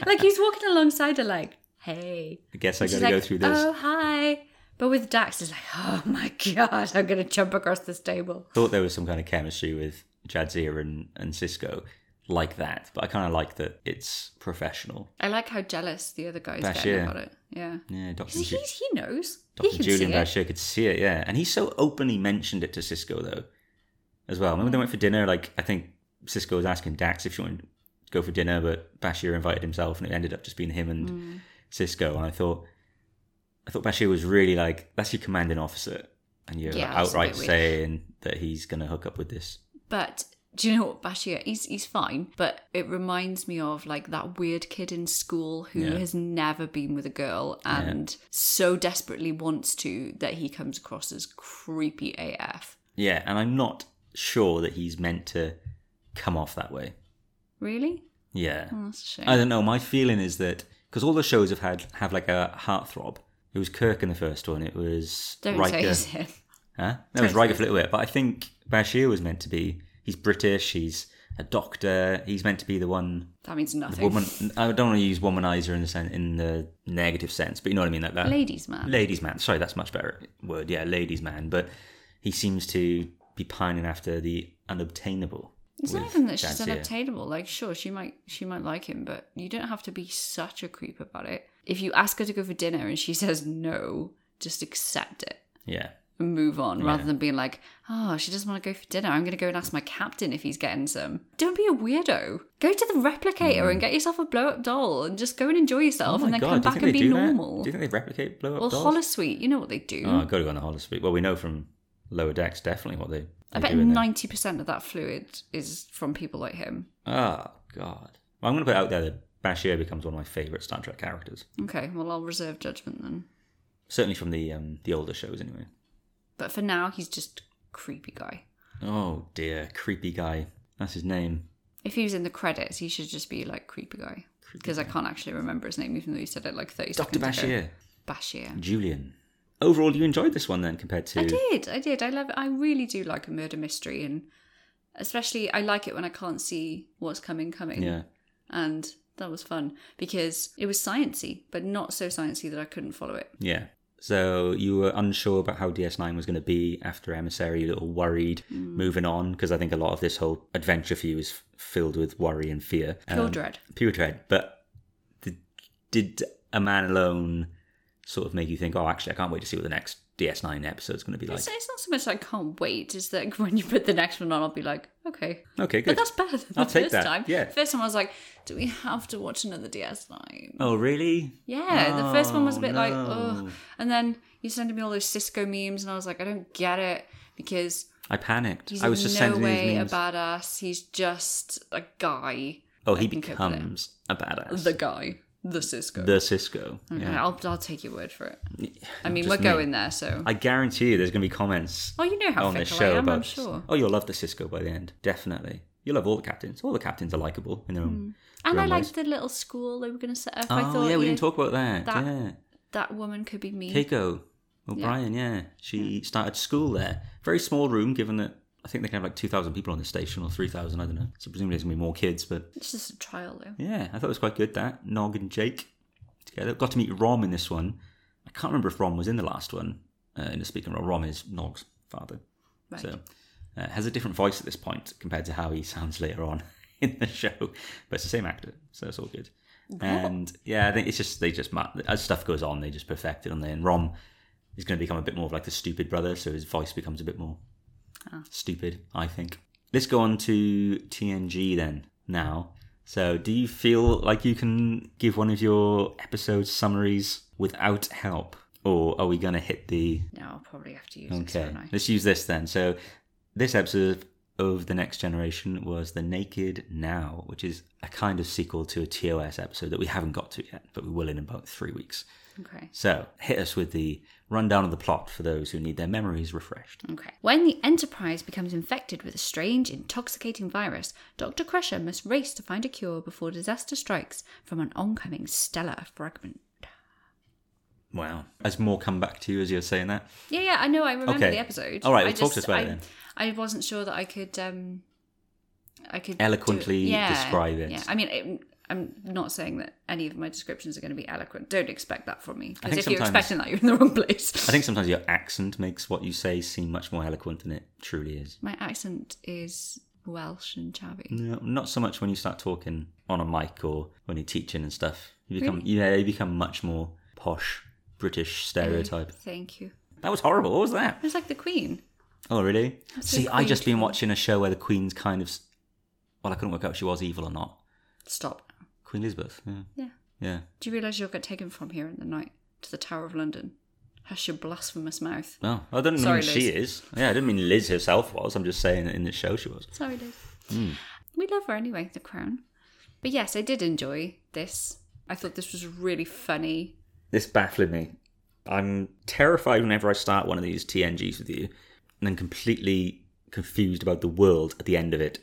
S2: like he's walking alongside her, like, hey.
S1: I guess I
S2: And
S1: got
S2: she's
S1: to go
S2: like,
S1: through this.
S2: Oh hi. But with Dax, it's like, oh my god, I'm gonna jump across this table.
S1: Thought there was some kind of chemistry with Jadzia and and Cisco like that, but I kind of like that it's professional.
S2: I like how jealous the other guy's
S1: Bashir.
S2: getting about it. Yeah.
S1: Yeah, Doctor.
S2: He's,
S1: Ju-
S2: he's, he knows. he
S1: Dr.
S2: can
S1: Julian
S2: see it.
S1: Bashir could see it, yeah. And he so openly mentioned it to Cisco, though, as well. Remember they went for dinner? Like, I think Cisco was asking Dax if she wanted to go for dinner, but Bashir invited himself, and it ended up just being him and
S2: Mm.
S1: Cisco. And I thought, I thought Bashir was really like, that's your commanding officer. And you're
S2: Yeah, that's a
S1: outright
S2: bit weird.
S1: saying that he's going to hook up with this.
S2: But do you know what, Bashir? He's he's fine, but it reminds me of like that weird kid in school who
S1: Yeah.
S2: has never been with a girl and so desperately wants to that he comes across as creepy AF.
S1: Yeah, and I'm not sure that he's meant to come off that way.
S2: Really?
S1: Yeah.
S2: Oh, that's a shame.
S1: I don't know. My feeling is that because all the shows have had have like a heartthrob. It was Kirk in the first one. It was
S2: Don't say
S1: Riker.
S2: it's him.
S1: Huh? No, it was
S2: Don't
S1: Riker Flitwick. But I think Bashir was meant to be. He's British. He's a doctor. He's meant to be the one
S2: That means
S1: the
S2: nothing.
S1: woman. I don't want to use womanizer in the sen- in the negative sense, but you know what I mean, like that.
S2: Ladies man.
S1: Ladies man. Sorry, that's much better word. Yeah, ladies man. But he seems to be pining after the unobtainable.
S2: It's not
S1: with
S2: even that she's
S1: Jadzia.
S2: unobtainable. Like, sure, she might she might like him, but you don't have to be such a creep about it. If you ask her to go for dinner and she says no, just accept it
S1: Yeah.
S2: and move on, rather
S1: Yeah.
S2: than being like, "Oh, she doesn't want to go for dinner. I'm going to go and ask my captain if he's getting some." Don't be a weirdo. Go to the replicator
S1: Mm.
S2: and get yourself a blow up doll and just go and enjoy yourself, and then come
S1: Oh do you
S2: back
S1: think
S2: and
S1: they
S2: be
S1: do that?
S2: normal.
S1: Do you think they replicate blow up
S2: Well,
S1: dolls?
S2: holosuite, you know what they do.
S1: Oh, I've got to go on the holosuite. Well, we know from Lower Decks definitely what they. they
S2: I bet
S1: do in there.
S2: ninety percent of that fluid is from people like him.
S1: Oh God! Well, I'm going to put it out there that Bashir becomes one of my favourite Star Trek characters.
S2: Okay, well, I'll reserve judgment then.
S1: Certainly from the um, the older shows, anyway.
S2: But for now, he's just creepy guy.
S1: Oh dear, creepy guy. That's his name.
S2: If he was in the credits, he should just be like creepy guy because I can't actually remember his name, even though you said it like thirty
S1: Doctor
S2: seconds ago.
S1: Bashir,
S2: Bashir.
S1: Julian. Overall, you enjoyed this one then, compared to
S2: I did, I did. I love. I really do like a murder mystery, and especially I like it when I can't see what's coming coming.
S1: yeah.
S2: And that was fun because it was sciency, but not so sciency that I couldn't follow it.
S1: Yeah. So you were unsure about how DS9 was going to be after Emissary, a little worried
S2: Mm.
S1: moving on, because I think a lot of this whole adventure for you is f- filled with worry and fear. Um,
S2: Pure dread.
S1: Pure dread. But the, did A Man Alone sort of make you think, oh, actually, I can't wait to see what the next DS9 episode's going to be like?
S2: It's, it's not so much I can't wait. It's that when you put the next one on, I'll be like, okay,
S1: Okay,
S2: But
S1: good.
S2: that's better than
S1: I'll
S2: the
S1: take
S2: first
S1: that,
S2: time.
S1: yeah.
S2: First time I was like, do we have to watch another DS9?
S1: Oh, really?
S2: Yeah, the first one was a
S1: Oh,
S2: bit like,
S1: no.
S2: ugh. And then you sending me all those Cisco memes, and I was like, I don't get it because
S1: I panicked.
S2: he's
S1: I was
S2: in
S1: just
S2: no
S1: sending
S2: way
S1: these
S2: a
S1: memes.
S2: badass. He's just a guy.
S1: oh, he
S2: I can cope with it.
S1: becomes a badass.
S2: The Mm-hmm. guy. The Cisco.
S1: The Cisco.
S2: Okay,
S1: Yeah.
S2: I'll, I'll take your word for it. I mean,
S1: Just
S2: we're
S1: me.
S2: going there, so.
S1: I guarantee you there's going to be comments
S2: oh, you know how
S1: on this
S2: fickle
S1: show
S2: I am,
S1: about.
S2: I'm sure.
S1: Oh, you'll love the Cisco by the end, definitely. You'll love all the captains. All the captains are likable in their own.
S2: And I
S1: Real nice.
S2: liked the little school they were going to set up.
S1: Oh
S2: Hmm. I thought
S1: yeah, we
S2: you
S1: didn't
S2: know,
S1: talk about that.
S2: that-
S1: Yeah,
S2: that woman could be me.
S1: Keiko O'Brien. Yeah, she started school there. Very small room, given that I think they can have like two thousand people on the station or three thousand. I don't know. So presumably there's going to be more kids, but
S2: It's just a trial, though.
S1: yeah, I thought it was quite good that Nog and Jake together got to meet Rom in this one. I can't remember if Rom was in the last one. Uh, in the speaking role, Rom is Nog's father.
S2: Right.
S1: So uh, has a different voice at this point compared to how he sounds later on in the show, but it's the same actor, so it's all good. And yeah, I think it's just they just ma- as stuff goes on, they just perfect it on there. And Rom is going to become a bit more of like the stupid brother, so his voice becomes a bit more stupid. I think. Let's go on to TNG then now. So, do you feel like you can give one of your episode summaries without help, or are we going to hit the
S2: No, I'll probably have to use this,
S1: Okay,
S2: won't I?
S1: let's use this then. So, this episode of The Next Generation was The Naked Now, which is a kind of sequel to a TOS episode that we haven't got to yet, but we will in about three weeks.
S2: Okay.
S1: So, hit us with the rundown of the plot for those who need their memories refreshed.
S2: Okay. When the Enterprise becomes infected with a strange, intoxicating virus, Dr. Crusher must race to find a cure before disaster strikes from an oncoming stellar fragment.
S1: Wow. As more come back to you as you're saying that.
S2: Yeah, yeah, I know. I remember
S1: Okay.
S2: the episode.
S1: All right,
S2: I
S1: well, talk to us about
S2: I,
S1: it then.
S2: I wasn't sure that I could. um I could do-
S1: Eloquently describe it.
S2: Yeah, I mean, it, I'm not saying that any of my descriptions are going to be eloquent. Don't expect that from me.
S1: I
S2: Because
S1: think
S2: if you're
S1: sometimes-
S2: expecting that, you're in the wrong place.
S1: I think sometimes your accent makes what you say seem much more eloquent than it truly is.
S2: my accent is Welsh and chavvy.
S1: No, not so much when you start talking on a mic or when you're teaching and stuff. You become yeah, you become much more posh British stereotype.
S2: Thank you.
S1: That was horrible. What was that?
S2: It was like the Queen.
S1: Oh, really?
S2: Absolute
S1: See, I just
S2: queen.
S1: been watching a show where the Queen's kind of. s- Well, I couldn't work out if she was evil or not.
S2: Stop.
S1: Queen Elizabeth. Yeah.
S2: Yeah.
S1: Yeah.
S2: Do you realise you'll get taken from here in the night to the Tower of London? Hush your blasphemous mouth.
S1: Oh, I didn't
S2: Sorry,
S1: mean she is. Yeah, I didn't mean Liz herself was. I'm just saying that in the show she was.
S2: Sorry, Liz. We love her anyway, the crown. But yes, I did enjoy this. I thought this was really funny.
S1: This baffling me. I'm terrified whenever I start one of these TNGs with you, and then completely confused about the world at the end of it.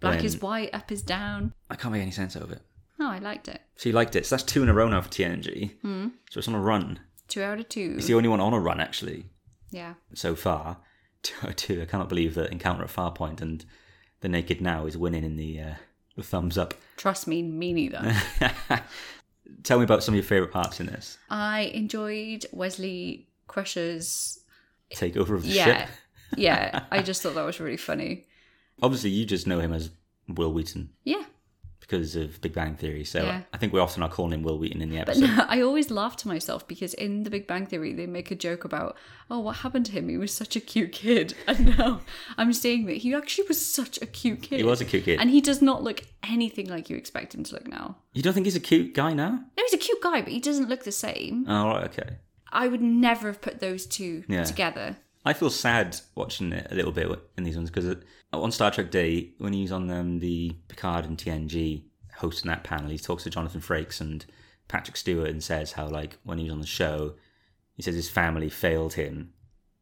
S2: Black
S1: When-
S2: is white, up is down.
S1: I can't make any sense of it.
S2: Oh, I liked it.
S1: So you liked it. So that's two in a row now for TNG.
S2: Hmm.
S1: So it's on a run.
S2: Two out of two.
S1: It's the only one on a run actually
S2: yeah.
S1: so far. Two out of two. I cannot believe that Encounter at Farpoint and the Naked Now is winning in the uh, the thumbs up.
S2: Trust me, me neither.
S1: Tell me about some of your favourite parts in this
S2: I enjoyed Wesley Crusher's
S1: takeover of the
S2: yeah
S1: ship.
S2: yeah i just thought that was really funny
S1: Obviously, you just know him as Will Wheaton
S2: Yeah.
S1: because of Big Bang Theory. So
S2: Yeah.
S1: I think we often are calling him Will Wheaton in the
S2: But
S1: episode.
S2: no, I always laugh to myself because in The Big Bang Theory, they make a joke about, oh, what happened to him? He was such a cute kid. And now I'm seeing that he actually was such a cute kid.
S1: He was a cute kid.
S2: And he does not look anything like you expect him to look now.
S1: you don't think he's a cute guy now?
S2: No, he's a cute guy, but he doesn't look the same.
S1: Oh, right, okay.
S2: I would never have put those two
S1: Yeah.
S2: together.
S1: I feel sad watching it a little bit in these ones because on Star Trek Day, when he was on um, the Picard and TNG hosting that panel, he talks to Jonathan Frakes and Patrick Stewart and says how, like, when he was on the show, he says his family failed him.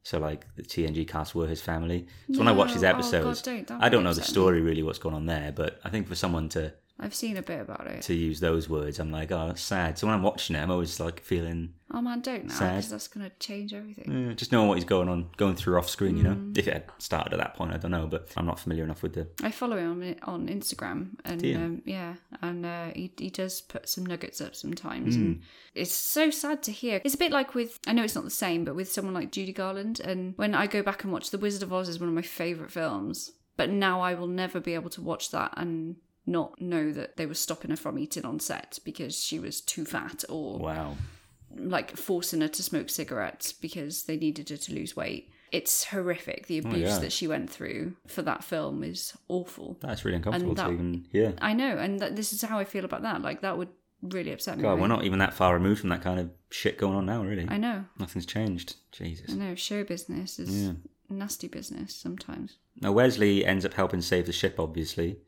S1: So, like, the TNG cast were his family. So when I watch these
S2: No, oh, God,
S1: episodes,
S2: don't. That
S1: I don't
S2: would
S1: know the
S2: upset me.
S1: story really, what's going on there, but I think for someone to
S2: I've seen a bit about it.
S1: to use those words, I'm like, oh, that's sad. So when I'm watching it, I'm always like feeling
S2: Oh man, don't now,
S1: Sad.
S2: because that's going to change everything.
S1: Yeah, just knowing what he's going on, going through off screen, you know.
S2: Mm.
S1: If it had started at that point, I don't know, but I'm not familiar enough with the.
S2: I follow him on, on Instagram, and
S1: Do you?
S2: um, yeah, and uh, he he does put some nuggets up sometimes,
S1: Hmm.
S2: and it's so sad to hear. It's a bit like with I know it's not the same, but with someone like Judy Garland, and when I go back and watch The Wizard of Oz is one of my favorite films, but now I will never be able to watch that and not know that they were stopping her from eating on set because she was too fat or
S1: Wow.
S2: like forcing her to smoke cigarettes because they needed her to lose weight. It's horrific. The abuse
S1: Oh, yeah.
S2: that she went through for that film is awful.
S1: That's really uncomfortable
S2: that-
S1: to even hear.
S2: I know, and that, this is how I feel about that. Like that would really upset me.
S1: God, we're
S2: right?
S1: not even that far removed from that kind of shit going on now, really.
S2: I know.
S1: Nothing's changed. Jesus.
S2: I know. Show business is
S1: Yeah.
S2: nasty business sometimes.
S1: Now, Wesley ends up helping save the ship, obviously,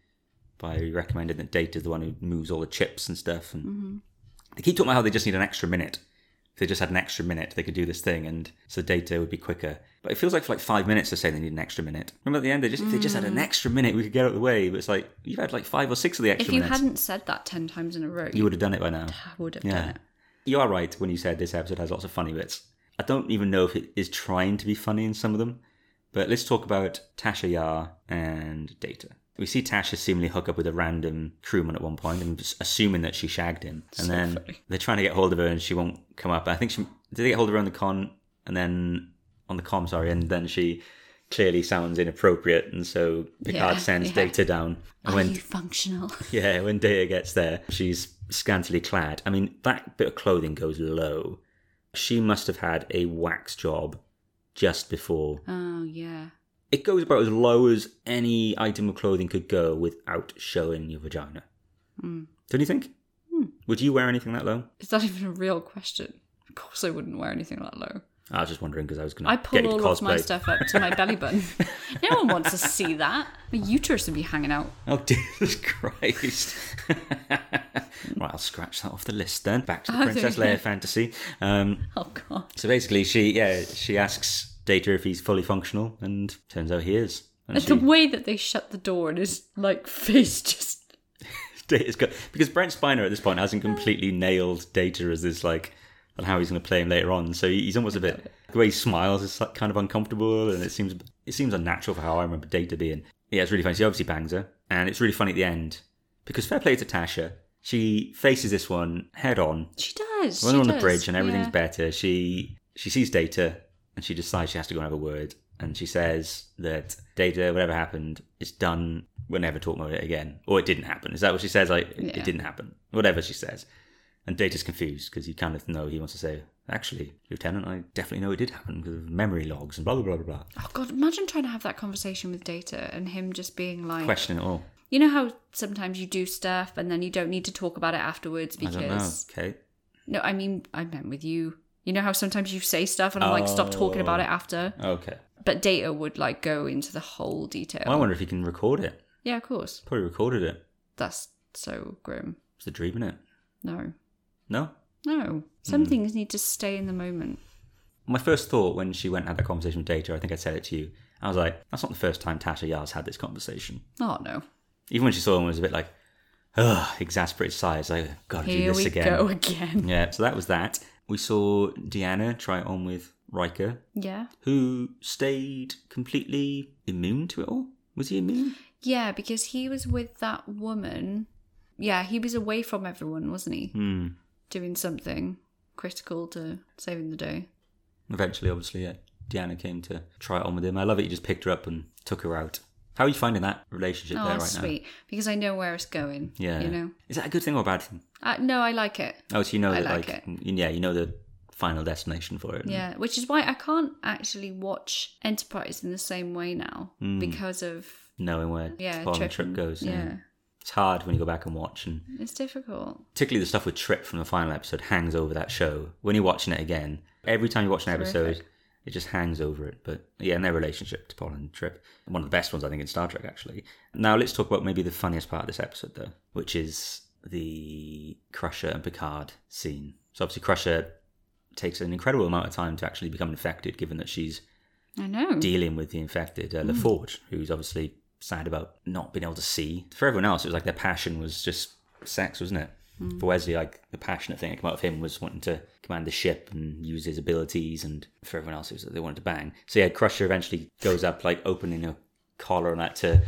S1: by recommending that Data's the one who moves all the chips and stuff. And
S2: Mm-hmm.
S1: They keep talking about how they just need an extra minute. If they just had an extra minute, they could do this thing, and so Data would be quicker. But it feels like for like five minutes, they're saying they need an extra minute. Remember at the end, they just if they just had
S2: Mm.
S1: an extra minute, we could get out of the way. But it's like you've had like five or six of the extra
S2: if you
S1: minutes.
S2: hadn't said that ten times in a row,
S1: you would have done it by now.
S2: would have done
S1: Yeah.
S2: it.
S1: You are right when you said this episode has lots of funny bits. I don't even know if it is trying to be funny in some of them, but let's talk about Tasha Yar and Data. We see Tasha seemingly hook up with a random crewman at one point, and s- assuming that she shagged him, and
S2: So
S1: then
S2: funny.
S1: they're trying to get hold of her, and she won't come up. I think she did they get hold of her on the con, and then on the com, sorry, and then she clearly sounds inappropriate, and so Picard
S2: Yeah,
S1: sends
S2: yeah.
S1: Data down. And
S2: Are
S1: when
S2: you functional?
S1: yeah, when Data gets there, she's scantily clad. I mean, that bit of clothing goes low. She must have had a wax job just before.
S2: oh yeah.
S1: It goes about as low as any item of clothing could go without showing your vagina.
S2: Hmm.
S1: Don't you think? Would you wear anything that low?
S2: Is that even a real question? Of course, I wouldn't wear anything that low.
S1: I was just wondering because I was going
S2: I
S1: to get
S2: pull
S1: you to
S2: all
S1: cosplay.
S2: of my stuff up to my belly button. No one wants to see that. My uterus would be hanging out.
S1: Oh, Jesus Christ. right, I'll scratch that off the list then. Back to the
S2: Oh,
S1: Princess
S2: there you
S1: Leia fantasy. Um,
S2: Oh god.
S1: So basically, she yeah she asks Data if he's fully functional, and turns out he is. And
S2: And
S1: she,
S2: the way that they shut the door and his like face just
S1: Data's got because Brent Spiner at this point hasn't completely nailed Data as this like and how he's going to play him later on. So he- he's almost a bit the way he smiles is like, kind of uncomfortable, and it seems it seems unnatural for how I remember Data being. Yeah, it's really funny. She obviously bangs her, and it's really funny at the end because fair play to Tasha, she faces this one head on.
S2: She does.
S1: When
S2: she
S1: on the
S2: does,
S1: bridge and everything's
S2: yeah.
S1: better, she she sees Data and she decides she has to go and have a word. And she says that Data, whatever happened, it's done. We'll never talk about it again. Or it didn't happen. Is that what she says? Like, it-
S2: Yeah.
S1: it didn't happen. Whatever she says. And Data's confused because you kind of know he wants to say, actually, Lieutenant, I definitely know it did happen because of memory logs and blah, blah, blah, blah, blah.
S2: Oh god, imagine trying to have that conversation with Data and him just being like
S1: Questioning it all.
S2: You know how sometimes you do stuff and then you don't need to talk about it afterwards because
S1: I don't know. Okay.
S2: No, I mean I meant with you. You know how sometimes you say stuff and I'm like, stop talking about it
S1: Oh.
S2: after.
S1: Okay.
S2: But Data would like go into the whole detail.
S1: Well, I wonder if he can record it.
S2: Yeah, of course.
S1: Probably recorded it.
S2: That's so grim.
S1: It's a dream, is it?
S2: No.
S1: No? Hmm.
S2: No. Some things need to stay in the moment.
S1: My first thought when she went and had that conversation with Data, I think I said it to you. I was like, that's not the first time Tasha Yar's had this conversation.
S2: Oh no.
S1: Even when she saw him, it was a bit like, ugh, exasperated sighs. Like, gotta do
S2: Here
S1: this
S2: we
S1: again.
S2: go again.
S1: Yeah, so that was that. We saw Deanna try it on with Riker,
S2: Yeah.
S1: who stayed completely immune to it all. Was he immune?
S2: Yeah, because he was with that woman. Yeah, he was away from everyone, wasn't he?
S1: Hmm.
S2: Doing something critical to saving the day.
S1: Eventually, obviously, yeah, Deanna came to try it on with him. I love it. He just picked her up and took her out. How are you finding that relationship
S2: Oh,
S1: there right
S2: sweet. Because I know where it's going.
S1: now? Yeah.
S2: You know?
S1: Is that a good thing or a bad thing?
S2: Uh, no, I like it.
S1: Oh, so you know
S2: I
S1: that,
S2: like
S1: like,
S2: it.
S1: n- yeah, you know the final destination for it. and-
S2: Yeah, which is why I can't actually watch Enterprise in the same way now
S1: Mm.
S2: because of
S1: Knowing where
S2: yeah
S1: the following
S2: Trip
S1: trip,
S2: and-
S1: goes. Yeah.
S2: yeah.
S1: It's hard when you go back and watch, and
S2: It's difficult.
S1: particularly the stuff with Trip from the final episode hangs over that show. When you're watching it again, every time you watch an episode,
S2: Terrific.
S1: it just hangs over it. But yeah, and their relationship to Paul and Trip, one of the best ones I think in Star Trek actually. Now let's talk about maybe the funniest part of this episode though, which is the Crusher and Picard scene. So obviously Crusher takes an incredible amount of time to actually become infected, given that she's
S2: I know.
S1: dealing with the infected, uh, LaForge, who's obviously sad about not being able to see. For everyone else, it was like their passion was just sex, wasn't it? For Wesley, like the passionate thing that came out of him was wanting to command the ship and use his abilities, and for everyone else, it was that they wanted to bang. So yeah, Crusher eventually goes up, like opening a collar and that to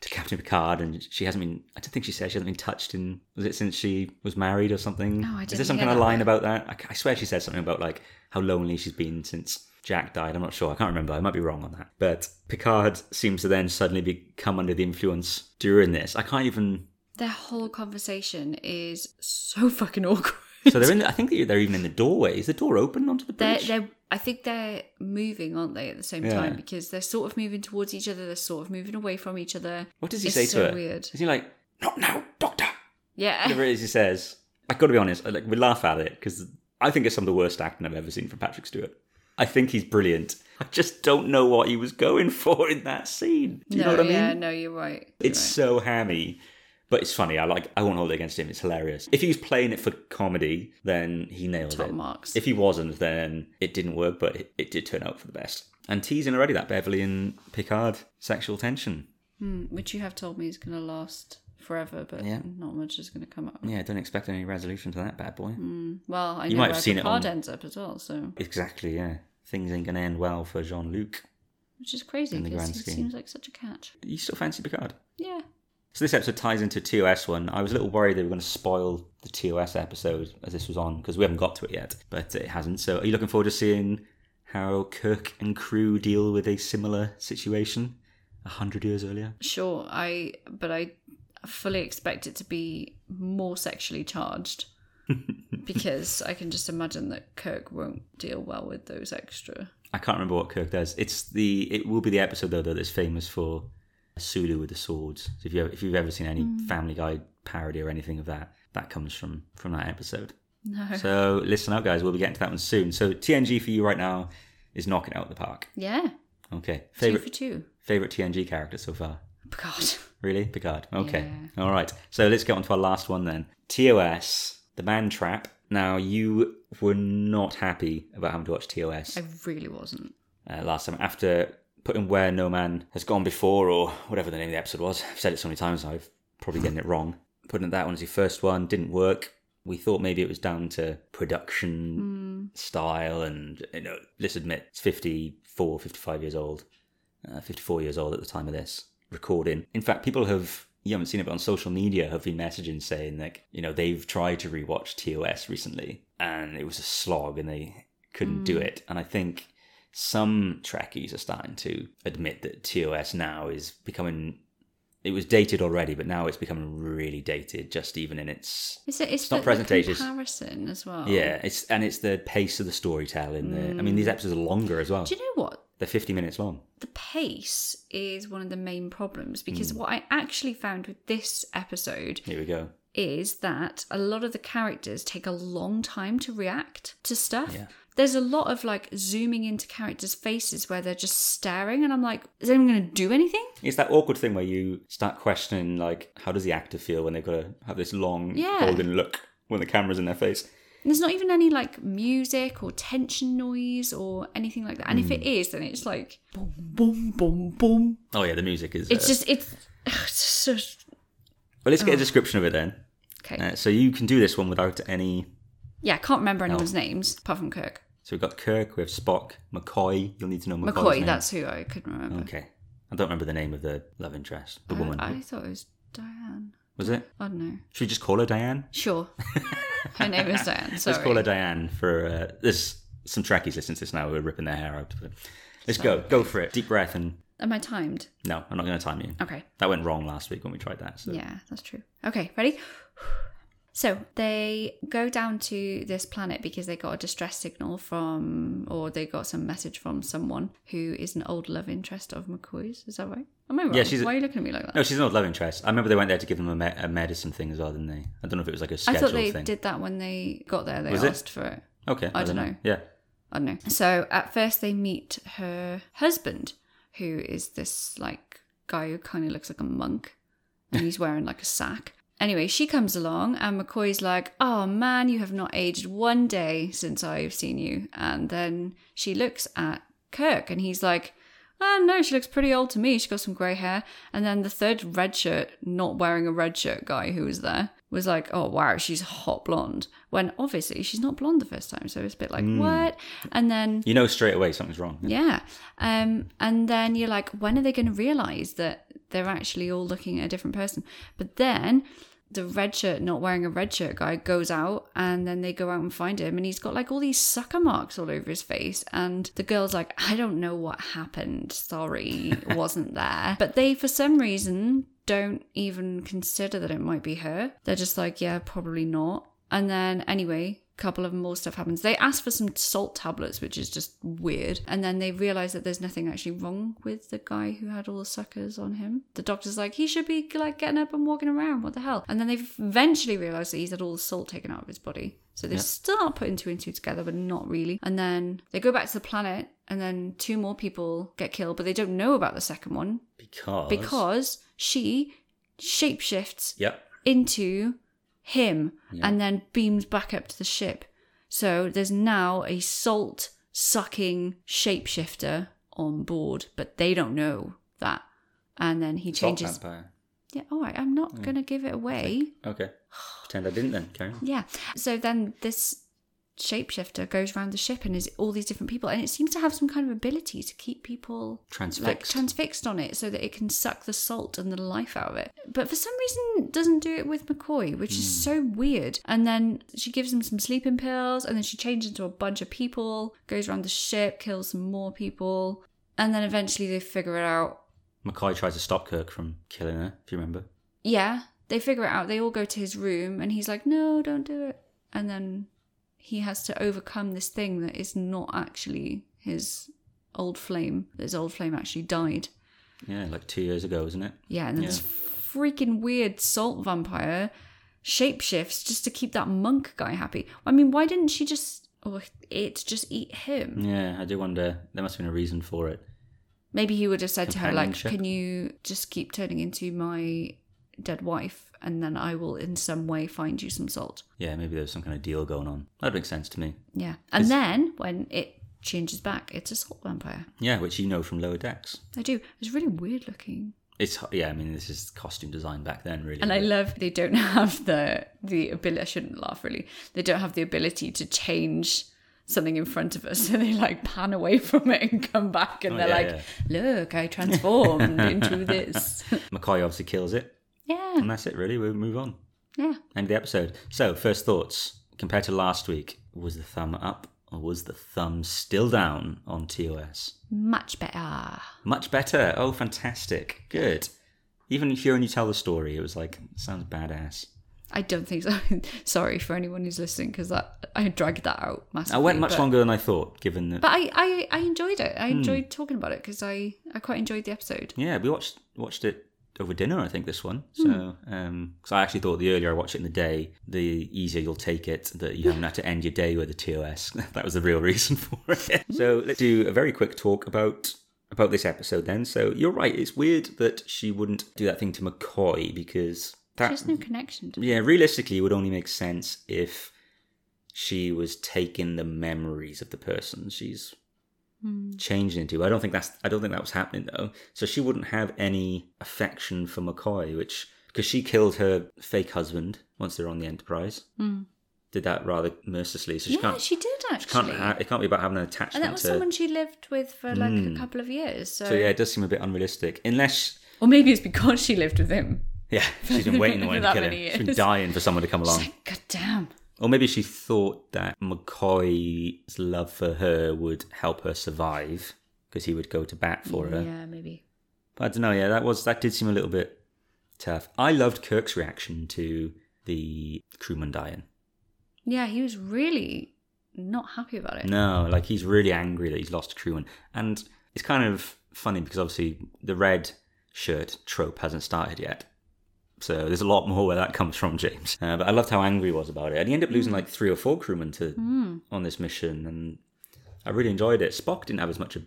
S1: to Captain Picard, and she hasn't been. I don't think she said she hasn't been touched in. Was it since she was married or something?
S2: Oh, I
S1: Is
S2: didn't
S1: there some
S2: hear
S1: kind of
S2: that
S1: line
S2: bit.
S1: about that? I, I swear she said something about like how lonely she's been since Jack died. I'm not sure. I can't remember. I might be wrong on that. But Picard seems to then suddenly become under the influence during this. I can't even.
S2: Their whole conversation is so fucking awkward.
S1: So they're in. The, I think they're even in the doorway. Is the door open onto the
S2: they're,
S1: bridge?
S2: they're, I think they're moving, aren't they, at the same
S1: Yeah.
S2: time? Because they're sort of moving towards each other, they're sort of moving away from each other.
S1: what does he
S2: It's
S1: say
S2: so
S1: to her?
S2: weird.
S1: Is he like, not now, Doctor? Whatever
S2: Yeah.
S1: it is he says. I got to be honest. I, like we laugh at it because I think it's some of the worst acting I've ever seen from Patrick Stewart. I think he's brilliant. I just don't know what he was going for in that scene. Do you
S2: no,
S1: know what I mean?
S2: yeah, no, you're right. You're
S1: It's
S2: right.
S1: so hammy, but it's funny. I like. I won't hold it against him. It's hilarious. If he was playing it for comedy, then he nailed
S2: Top
S1: it.
S2: marks.
S1: If he wasn't, then it didn't work. But it, it did turn out for the best. And teasing already that Beverly and Picard sexual tension.
S2: Hmm, which you have told me is going to last forever, but
S1: Yeah.
S2: not much is going to come up. Hmm,
S1: Yeah, I don't expect any resolution to that bad boy.
S2: Well, I
S1: You
S2: know
S1: might have
S2: where
S1: seen it
S2: Picard
S1: on-
S2: ends up as well, so
S1: Exactly. Yeah, things ain't gonna end well for Jean Luc.
S2: which is crazy
S1: In the
S2: because
S1: grand
S2: he
S1: scheme.
S2: seems like such a catch.
S1: You still fancy Picard?
S2: Yeah,
S1: So this episode ties into TOS one. I was a little worried they were going to spoil the TOS episode as this was on because we haven't got to it yet, but it hasn't. So are you looking forward to seeing how Kirk and crew deal with a similar situation a hundred years earlier?
S2: sure. I but I fully expect it to be more sexually charged because I can just imagine that Kirk won't deal well with those extra.
S1: I can't remember what Kirk does. It's the it will be the episode though that is famous for Sulu with the swords. So if you if you've ever seen any Family Guy parody or anything of that, that comes from from that episode.
S2: No.
S1: So listen up, guys. We'll be getting to that one soon. So TNG for you right now is knocking it out of the park.
S2: yeah,
S1: Okay.
S2: two
S1: Favorite
S2: for two.
S1: favorite TNG character so far?
S2: God,
S1: Really? Picard. Okay. All right. So let's get on to our last one then. TOS, The Man Trap. Now, you were not happy about having to watch TOS
S2: I really wasn't.
S1: uh, last time after putting Where No Man Has Gone Before or whatever the name of the episode was. I've said it so many times, I've probably getting it wrong. Putting that one as your first one didn't work. We thought maybe it was down to production
S2: Hmm.
S1: style and you know let's admit it's 54 55 years old uh, 54 years old at the time of this recording in fact people have you haven't seen it but on social media have been messaging saying like you know they've tried to rewatch tos recently and it was a slog and they couldn't do it and i think some trekkies are starting to admit that tos now is becoming it was dated already but now it's becoming really dated just even in its
S2: It's it? It's,
S1: not
S2: the- the
S1: presentatious.
S2: comparison as well.
S1: yeah, it's and it's the pace of the storytelling. The, I mean, these episodes are longer as well.
S2: Mm. Do you know what?
S1: They're fifty minutes long.
S2: the pace is one of the main problems
S1: Hmm.
S2: because what I actually found with this episode
S1: Here we go.
S2: is that a lot of the characters take a long time to react to stuff.
S1: Yeah.
S2: There's a lot of like zooming into characters' faces where they're just staring, and I'm like, is anyone going to do anything?
S1: It's that awkward thing where you start questioning, like, how does the actor feel when they've got to have this long,
S2: Yeah.
S1: golden look when the camera's in their face?
S2: And there's not even any like music or tension noise or anything like that. And if
S1: Hmm.
S2: it is, then it's like boom, boom, boom, boom.
S1: Oh yeah, the music is.
S2: It's
S1: uh,
S2: just it's, it's just
S1: Well, let's get a description of it then.
S2: okay.
S1: Uh, so you can do this one without any.
S2: yeah, I can't remember anyone's names apart from Kirk.
S1: So we've got Kirk, we have Spock, McCoy. You'll need to know McCoy's
S2: McCoy,
S1: name.
S2: that's who I couldn't remember.
S1: okay. I don't remember the name of the love interest, the
S2: I-
S1: woman.
S2: Uh, I, thought it was Diane.
S1: Was it?
S2: I don't know.
S1: Should we just call her Diane?
S2: Sure. Her name is Diane. Sorry.
S1: Let's call her Diane for uh, there's some trackies listening to this now who are ripping their hair out. But let's go, go for it. Deep breath and
S2: Am I timed?
S1: No, I'm not going to time you.
S2: Okay.
S1: That went wrong last week when we tried that. So.
S2: Yeah, that's true. Okay, ready? So they go down to this planet because they got a distress signal from, or they got some message from someone who is an old love interest of McCoy's. Is that right? Am I wrong?
S1: Yeah, she's a-
S2: Why are you looking at me like that?
S1: No, she's an old love interest. I remember they went there to give them a, me- a medicine thing as well, didn't they? I don't know if it was like a
S2: I
S1: schedule
S2: thought they
S1: thing.
S2: did that when they got there. They
S1: Was it?
S2: asked for it.
S1: Okay,
S2: I
S1: don't
S2: dunno.
S1: know. Yeah,
S2: I don't know. So at first they meet her husband, who is this like guy who kind of looks like a monk, and he's wearing like a sack. Anyway, she comes along, and McCoy's like, "Oh man, you have not aged one day since I've seen you." And then she looks at Kirk, and he's like. Oh no, she looks pretty old to me. She's got some grey hair. And then the third red shirt, not wearing a red shirt guy who was there, was like, oh wow, she's hot blonde. When obviously she's not blonde the first time. So it's a bit like, what? And then,
S1: you know straight away something's wrong.
S2: yeah. Um, and then you're like, when are they going to realise that they're actually all looking at a different person? But then the red shirt, not wearing a red shirt guy, goes out and then they go out and find him. And he's got like all these sucker marks all over his face. And the girl's like, I don't know what happened. Sorry, wasn't there. But they, for some reason, don't even consider that it might be her. They're just like, yeah, probably not. And then, anyway, a couple of more stuff happens. They ask for some salt tablets, which is just weird. And then they realize that there's nothing actually wrong with the guy who had all the suckers on him. The doctor's like, he should be like getting up and walking around. What the hell? And then they eventually realize that he's had all the salt taken out of his body. So they start putting two and two together, but not really. And then they go back to the planet, and then two more people get killed, but they don't know about the second one
S1: Because.
S2: because she shapeshifts
S1: Yep.
S2: into him and then beams back up to the ship. So there's now a salt sucking shapeshifter on board, but they don't know that. And then he
S1: Salt
S2: changes.
S1: vampire.
S2: Yeah, all right, I'm not going to give it away.
S1: Okay. Pretend I didn't then. Carry on.
S2: Yeah. So then this shapeshifter goes around the ship and is all these different people, and it seems to have some kind of ability to keep people like
S1: Transfixed.
S2: transfixed on it so that it can suck the salt and the life out of it. But for some reason, doesn't do it with McCoy, which is so weird. And then she gives him some sleeping pills, and then she changes into a bunch of people, goes around the ship, kills some more people, and then eventually they figure it out.
S1: McCoy tries to stop Kirk from killing her, if you remember.
S2: Yeah, they figure it out. They all go to his room, and he's like, "No, don't do it." And then he has to overcome this thing that is not actually his old flame. His old flame actually died.
S1: Yeah, like two years ago, isn't it?
S2: Yeah, and then
S1: Yeah.
S2: this freaking weird salt vampire shapeshifts just to keep that monk guy happy. I mean, why didn't she just or it just eat him?
S1: Yeah, I do wonder. There must have been a reason for it.
S2: Maybe he would have said to her, like,
S1: Companionship.
S2: can you just keep turning into my dead wife and then I will in some way find you some salt.
S1: Yeah, maybe there was some kind of deal going on. That makes sense to me.
S2: Yeah. And then when it changes back, it's a salt vampire.
S1: Yeah, which you know from Lower Decks.
S2: I do. It's really weird looking.
S1: It's yeah. I mean, this is costume design back then, really.
S2: And I
S1: but-
S2: love they don't have the the ability. I shouldn't laugh really. They don't have the ability to change something in front of us, so they like pan away from it and come back, and
S1: Oh,
S2: they're
S1: yeah,
S2: like, "Look, I transformed into this."
S1: McCoy obviously kills it,
S2: Yeah,
S1: and that's it. Really, we'll move on.
S2: yeah.
S1: End of the episode. So, first thoughts compared to last week: was the thumb up or was the thumb still down on TOS?
S2: Much better.
S1: Much better. Oh, fantastic. Good. Even if you only tell the story, it was like sounds badass.
S2: I don't think so. Sorry for anyone who's listening because that I dragged that out massively.
S1: I went much
S2: but-
S1: longer than I thought, given that.
S2: but I, I I enjoyed it.
S1: Hmm.
S2: I enjoyed talking about it because I I quite enjoyed the episode.
S1: Yeah, we watched watched it over dinner. I think this one. So, because I actually thought the earlier I watch it in the day, the easier you'll take it that you haven't had to end your day with a TOS. that was the real reason for it. so let's do a very quick talk about about this episode then. So you're right. It's weird that she wouldn't do that thing to McCoy because that
S2: There's no connection. To
S1: yeah, realistically, it would only make sense if she was taking the memories of the person she's
S2: Hmm.
S1: changed into. I don't think that's. I don't think that was happening though. So she wouldn't have any affection for McCoy, which because she killed her fake husband once they're on the Enterprise. Did that rather mercilessly. So she
S2: Hmm. yeah,
S1: can't.
S2: she did
S1: she
S2: actually.
S1: can't. Ha- it can't be about having an attachment.
S2: And that was
S1: to,
S2: someone she lived with for like
S1: Mm.
S2: a couple of years. So,
S1: So yeah, it does seem a bit unrealistic, unless.
S2: or maybe it's because she lived with him.
S1: Yeah, she's been waiting
S2: For
S1: to
S2: that
S1: kill him.
S2: many
S1: She's been
S2: years.
S1: dying for someone to come along.
S2: It's like, God damn.
S1: Or maybe she thought that McCoy's love for her would help her survive because he would go to bat for her.
S2: Yeah, maybe.
S1: But I don't know. Yeah, that was that did seem a little bit tough. I loved Kirk's reaction to the crewman dying.
S2: Yeah, he was really not happy about it.
S1: No, like he's really angry that he's lost a crewman, and it's kind of funny because obviously the red shirt trope hasn't started yet. So there's a lot more where that comes from, James. Uh, but I loved how angry he was about it, and he ended up losing like three or four crewmen to
S2: Mm. Hmm.
S1: on this mission, and I really enjoyed it. Spock didn't have as much a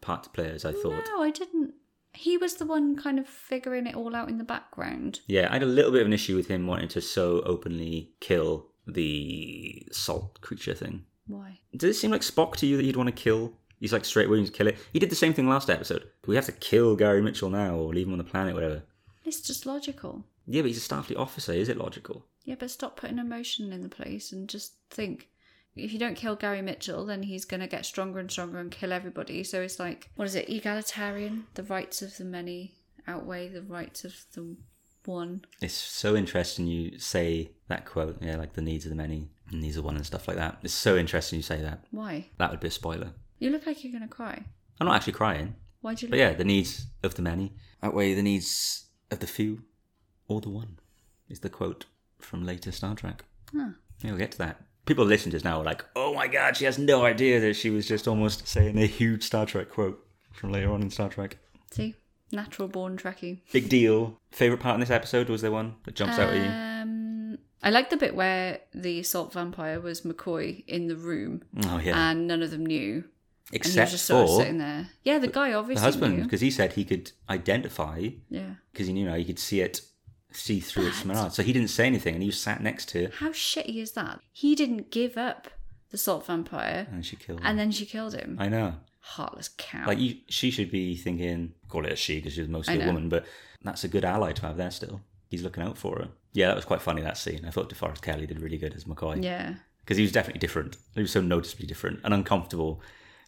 S1: part to play as I thought.
S2: No, I didn't. He was the one kind of figuring it all out in the background.
S1: Yeah, I had a little bit of an issue with him wanting to so openly kill the salt creature thing.
S2: Why?
S1: Does it seem like Spock to you that you'd want to kill? He's like straight away, you kill it. He did the same thing last episode. Do we have to kill Gary Mitchell now or leave him on the planet, whatever?
S2: It's just logical.
S1: Yeah, but he's a Starfleet officer. Is it logical?
S2: Yeah, but stop putting emotion in the place and just think. If you don't kill Gary Mitchell, then he's going to get stronger and stronger and kill everybody. So it's like, what is it? Egalitarian? The rights of the many outweigh the rights of the one.
S1: It's so interesting you say that quote. Yeah, like the needs of the many, and needs of one, and stuff like that. It's so interesting you say that.
S2: Why?
S1: That would be a spoiler.
S2: You look like you're going to cry.
S1: I'm not actually crying,
S2: Why do you
S1: but
S2: look
S1: Oh, yeah, the needs of the many outweigh the needs of the few or the one. Is the quote from later Star Trek.
S2: Huh.
S1: Yeah, we'll get to that. People listening to us now are like, oh my god, she has no idea that she was just almost saying a huge Star Trek quote from later on in Star Trek.
S2: See? Natural born Trekkie.
S1: Big deal. Favourite part in this episode was there one that jumps out at you?
S2: Um, I like the bit where the salt vampire was McCoy in the room
S1: Oh, yeah.
S2: uh, and none of them knew. and he was
S1: Except
S2: just
S1: for
S2: sort of sitting there. Yeah, the guy
S1: the
S2: obviously
S1: husband,
S2: knew.
S1: because he said he could identify,
S2: Yeah.
S1: because he knew now he could see it, see through its mirage. So he didn't say anything and he was sat next to her
S2: How shitty is that? He didn't give up the salt vampire
S1: and she killed him.
S2: and then she killed him.
S1: I know.
S2: Heartless cow.
S1: Mm. Like, you, she should be thinking, call it a she because she was
S2: I
S1: mostly a
S2: know.
S1: woman, but that's a good ally to have there still. He's looking out for her. Yeah, that was quite funny, that scene. I thought DeForest Kelly did really good as McCoy
S2: yeah.
S1: because he was definitely different. He was so noticeably different and uncomfortable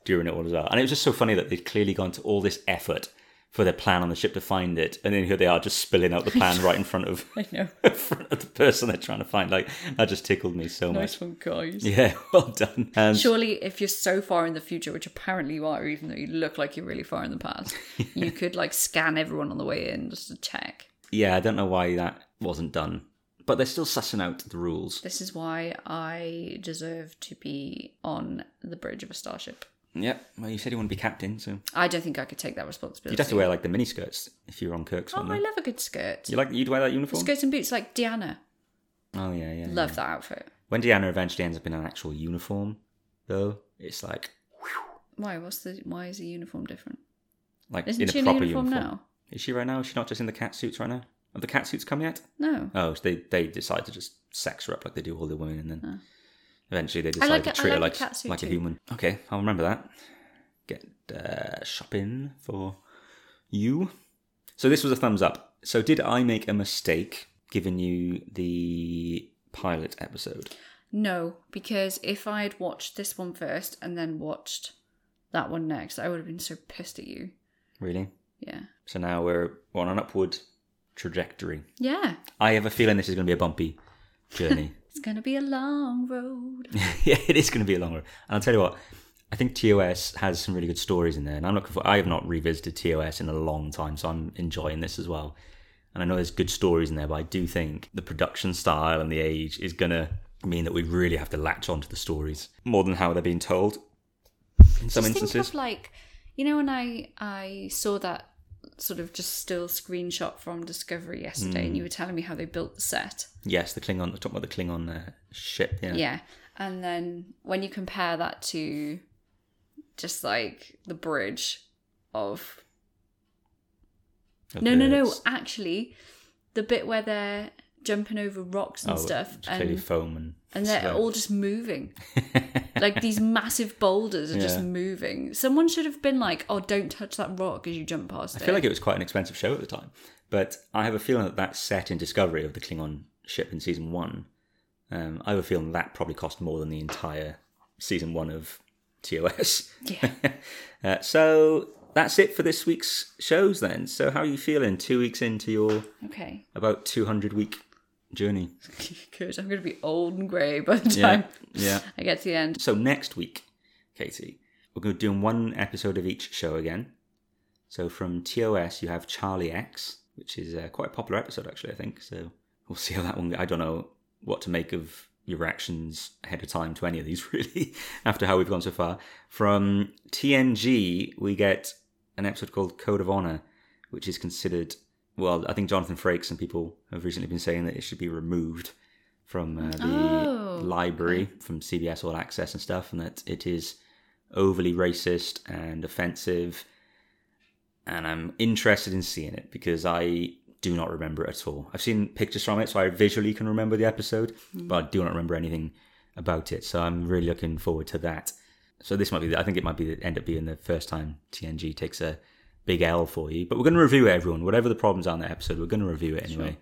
S1: during it all as well. And it was just so funny that they'd clearly gone to all this effort for their plan on the ship to find it, and then here they are just spilling out the plan right in front of
S2: I know.
S1: in front of the person they're trying to find. Like that just tickled me so much.
S2: one, guys.
S1: Yeah, well done. And
S2: Surely, if you're so far in the future, which apparently you are, even though you look like you're really far in the past, you could like scan everyone on the way in just to check.
S1: yeah, I don't know why that wasn't done, but they're still sussing out the rules.
S2: This is why I deserve to be on the bridge of a starship.
S1: Yep. Well, you said you want to be captain, so
S2: I don't think I could take that responsibility.
S1: you'd have to wear like the miniskirts if you were on Kirk's
S2: Oh,
S1: one.
S2: I
S1: though.
S2: love a good skirt.
S1: You like you'd wear that uniform?
S2: Skirts and boots like Diana.
S1: Oh yeah, yeah.
S2: Love that outfit.
S1: When Deanna eventually ends up in an actual uniform, though, it's like
S2: Why? What's the? Why is the uniform different?
S1: like
S2: Isn't
S1: in a
S2: she in a
S1: proper
S2: uniform,
S1: uniform.
S2: now?
S1: Is she right now? Is she not just in the cat suits right now? Have the cat suits come yet?
S2: No.
S1: Oh, so they they decide to just sex her up like they do all the women, and then
S2: Oh.
S1: eventually they decide
S2: like it- I
S1: to treat her
S2: like
S1: like
S2: the cat suit
S1: like a
S2: too.
S1: human. Okay, I'll remember that. Get uh, shopping for you. So this was a thumbs up. So did I make a mistake giving you the pilot episode?
S2: No, because if I had watched this one first and then watched that one next, I would have been so pissed at you.
S1: Really?
S2: Yeah.
S1: So now we're on an upward trajectory.
S2: Yeah.
S1: I have a feeling this is going to be a bumpy journey.
S2: It's gonna be a long road.
S1: yeah, it is going to be a long road. And I'll tell you what, I think TOS has some really good stories in there. And I'm looking for, I have not revisited TOS in a long time, so I'm enjoying this as well. And I know there's good stories in there, but I do think the production style and the age is going to mean that we really have to latch onto the stories more than how they're being told in some
S2: just
S1: instances.
S2: Think of like you know when I I saw that sort of just still screenshot from Discovery yesterday,
S1: Hmm.
S2: and you were telling me how they built the set.
S1: yes, the Klingon, we're talking about the Klingon uh, ship. Yeah.
S2: Yeah. And then when you compare that to just like the bridge of
S1: Of
S2: No, no, no.
S1: birds.
S2: Actually, the bit where they're jumping over rocks and
S1: Oh,
S2: stuff,
S1: it's Clearly
S2: and,
S1: foam and.
S2: and they're
S1: stuff.
S2: all just moving. like these massive boulders are just
S1: Yeah.
S2: moving. Someone should have been like, "Oh, don't touch that rock as you jump past
S1: I
S2: it."
S1: feel like it was quite an expensive show at the time, but I have a feeling that that set in Discovery of the Klingon ship in season one, um, I have a feeling that probably cost more than the entire season one of TOS.
S2: Yeah.
S1: uh, so that's it for this week's shows. Then, so how are you feeling? Two weeks into your
S2: okay,
S1: about two hundred week journey.
S2: good. I'm gonna be old and grey by the
S1: Yeah,
S2: time
S1: yeah.
S2: I get to the end.
S1: So next week, Katie, we're going to be doing one episode of each show again. So from TOS, you have Charlie X, which is uh, quite a popular episode, actually, I think. So we'll see how that one. I don't know what to make of your reactions ahead of time to any of these, really, after how we've gone so far. From TNG, we get an episode called Code of Honor, which is considered. Well, I think Jonathan Frakes and people have recently been saying that it should be removed from uh, the
S2: Oh,
S1: library from CBS All Access and stuff, and that it is overly racist and offensive. And I'm interested in seeing it because I do not remember it at all. I've seen pictures from it, so I visually can remember the episode, but I do not remember anything about it. So I'm really looking forward to that. So this might be, the, I think it might be the, end up being the first time TNG takes a big L for you. But we're going to review it, everyone. Whatever the problems are in that episode, we're going to review it anyway.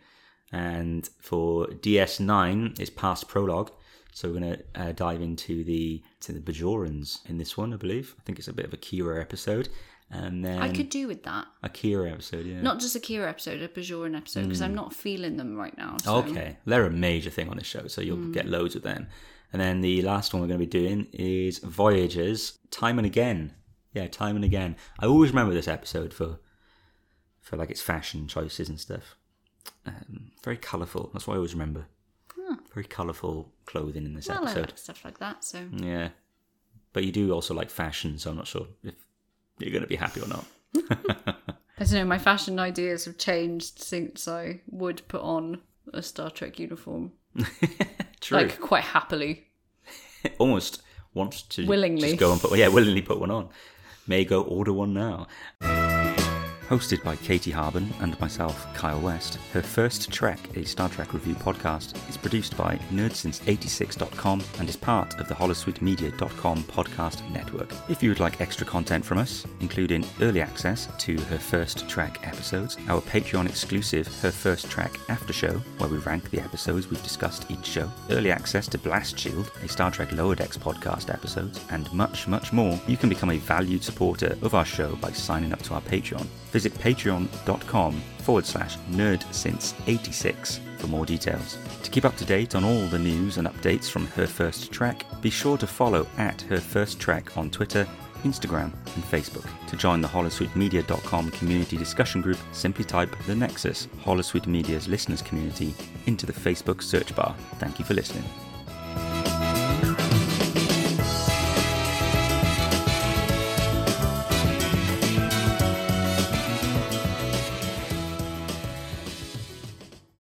S1: And for DS9, it's past prologue. So we're going to uh, dive into the to the Bajorans in this one, I believe. I think it's a bit of a Kira episode, and then
S2: I could do with that.
S1: a Kira episode, yeah. Hmm.
S2: Not just a Kira episode, a Bajoran episode, because I'm not feeling them right now. So. Mm.
S1: Okay, they're a major thing on this show, so you'll get loads of them. And then the last one we're going to be doing is Voyagers, time and again. Yeah, time and again. I always remember this episode for for like its fashion choices and stuff. Um, very colourful. That's what I always remember. Very colourful clothing in this
S2: Well, Hmm. I
S1: episode.
S2: like stuff like that, so
S1: Yeah, but you do also like fashion, so I'm not sure if you're going to be happy or not.
S2: I don't know. My fashion ideas have changed since I would put on a Star Trek uniform,
S1: True.
S2: like quite happily.
S1: almost wants to
S2: Willingly.
S1: just go and put yeah willingly put one on may go order one now hosted by katie harbin and myself kyle west her first trek a star trek review podcast is produced by nerdsince86.com and is part of the holosuitemedia.com podcast network if you would like extra content from us including early access to her first trek episodes our patreon exclusive her first trek after show where we rank the episodes we've discussed each show early access to blast shield a star trek lower decks podcast episode and much much more you can become a valued supporter of our show by signing up to our patreon visit patreon.com forward slash nerdsince86 for more details. To keep up to date on all the news and updates from Her First Trek, be sure to follow at Her First Trek on Twitter, Instagram, and Facebook. To join the holosuitemedia.com community discussion group, simply type the Nexus, Holosuite Media's listeners community, into the Facebook search bar. Thank you for listening.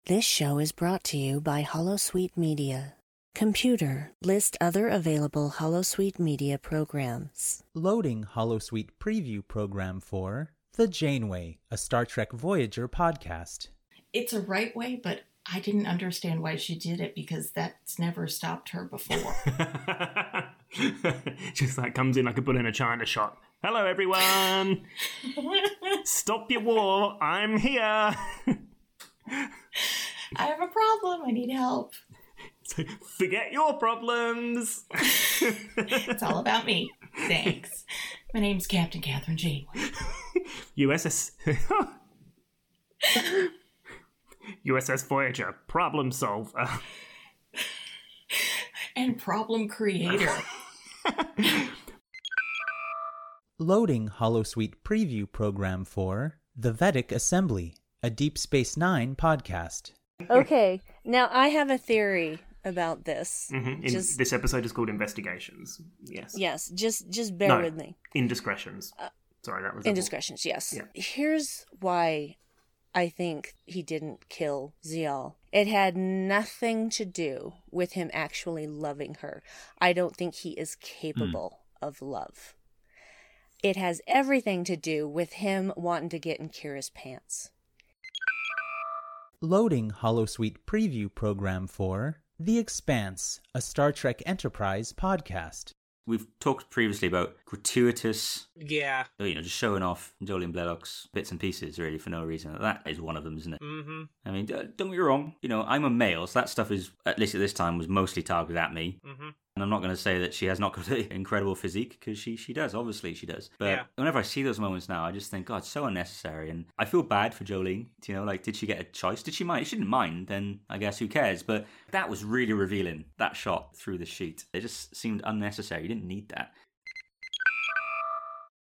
S3: This show is brought to you by Holosuite Media. Computer, list other available Holosuite Media programs.
S4: Loading Holosuite preview program for The Janeway, a Star Trek Voyager podcast.
S5: it's a right way, but I didn't understand why she did it because that's never stopped her before.
S6: Just like comes in like a bull in a china shop. Hello, everyone. Stop your war. I'm here.
S5: I have a problem. I need help.
S6: So, Forget your problems.
S5: It's all about me. Thanks. My name's Captain Catherine Janeway.
S6: USS. USS Voyager, problem solver.
S5: And problem creator.
S4: Loading Holosuite preview program for The Vedic Assembly, a Deep Space Nine podcast.
S3: okay, now I have a theory about this.
S6: Mhm. In-
S3: Just
S6: this episode is called Investigations. Yes.
S3: yes, just just bear
S6: No.
S3: with me. Uh,
S6: Indiscretions. Sorry, that was a-
S3: Indiscretions, yes.
S6: Yeah.
S3: Here's why I think he didn't kill Zial. It had nothing to do with him actually loving her. I don't think he is capable of love. It has everything to do with him wanting to get in Kira's pants.
S4: Loading Holosuite preview program for The Expanse, a Star Trek Enterprise podcast.
S1: We've talked previously about gratuitous
S7: Yeah.
S1: Oh, you know, just showing off Jolene Blaylock's bits and pieces, really, for no reason. That is one of them, isn't it?
S7: Mm-hmm.
S1: I mean, d- don't get me wrong. You know, I'm a male, so that stuff is, at least at this time, was mostly targeted at me.
S7: Mm-hmm.
S1: And I'm not going to say that she has not got an incredible physique, because she, she does, obviously she does. But
S7: Yeah.
S1: whenever I see those moments now, I just think, God, it's so unnecessary. And I feel bad for Jolene. You know, like, did she get a choice? Did she mind? If she didn't mind, then I guess who cares? But that was really revealing, that shot through the sheet. It just seemed unnecessary. You didn't need that.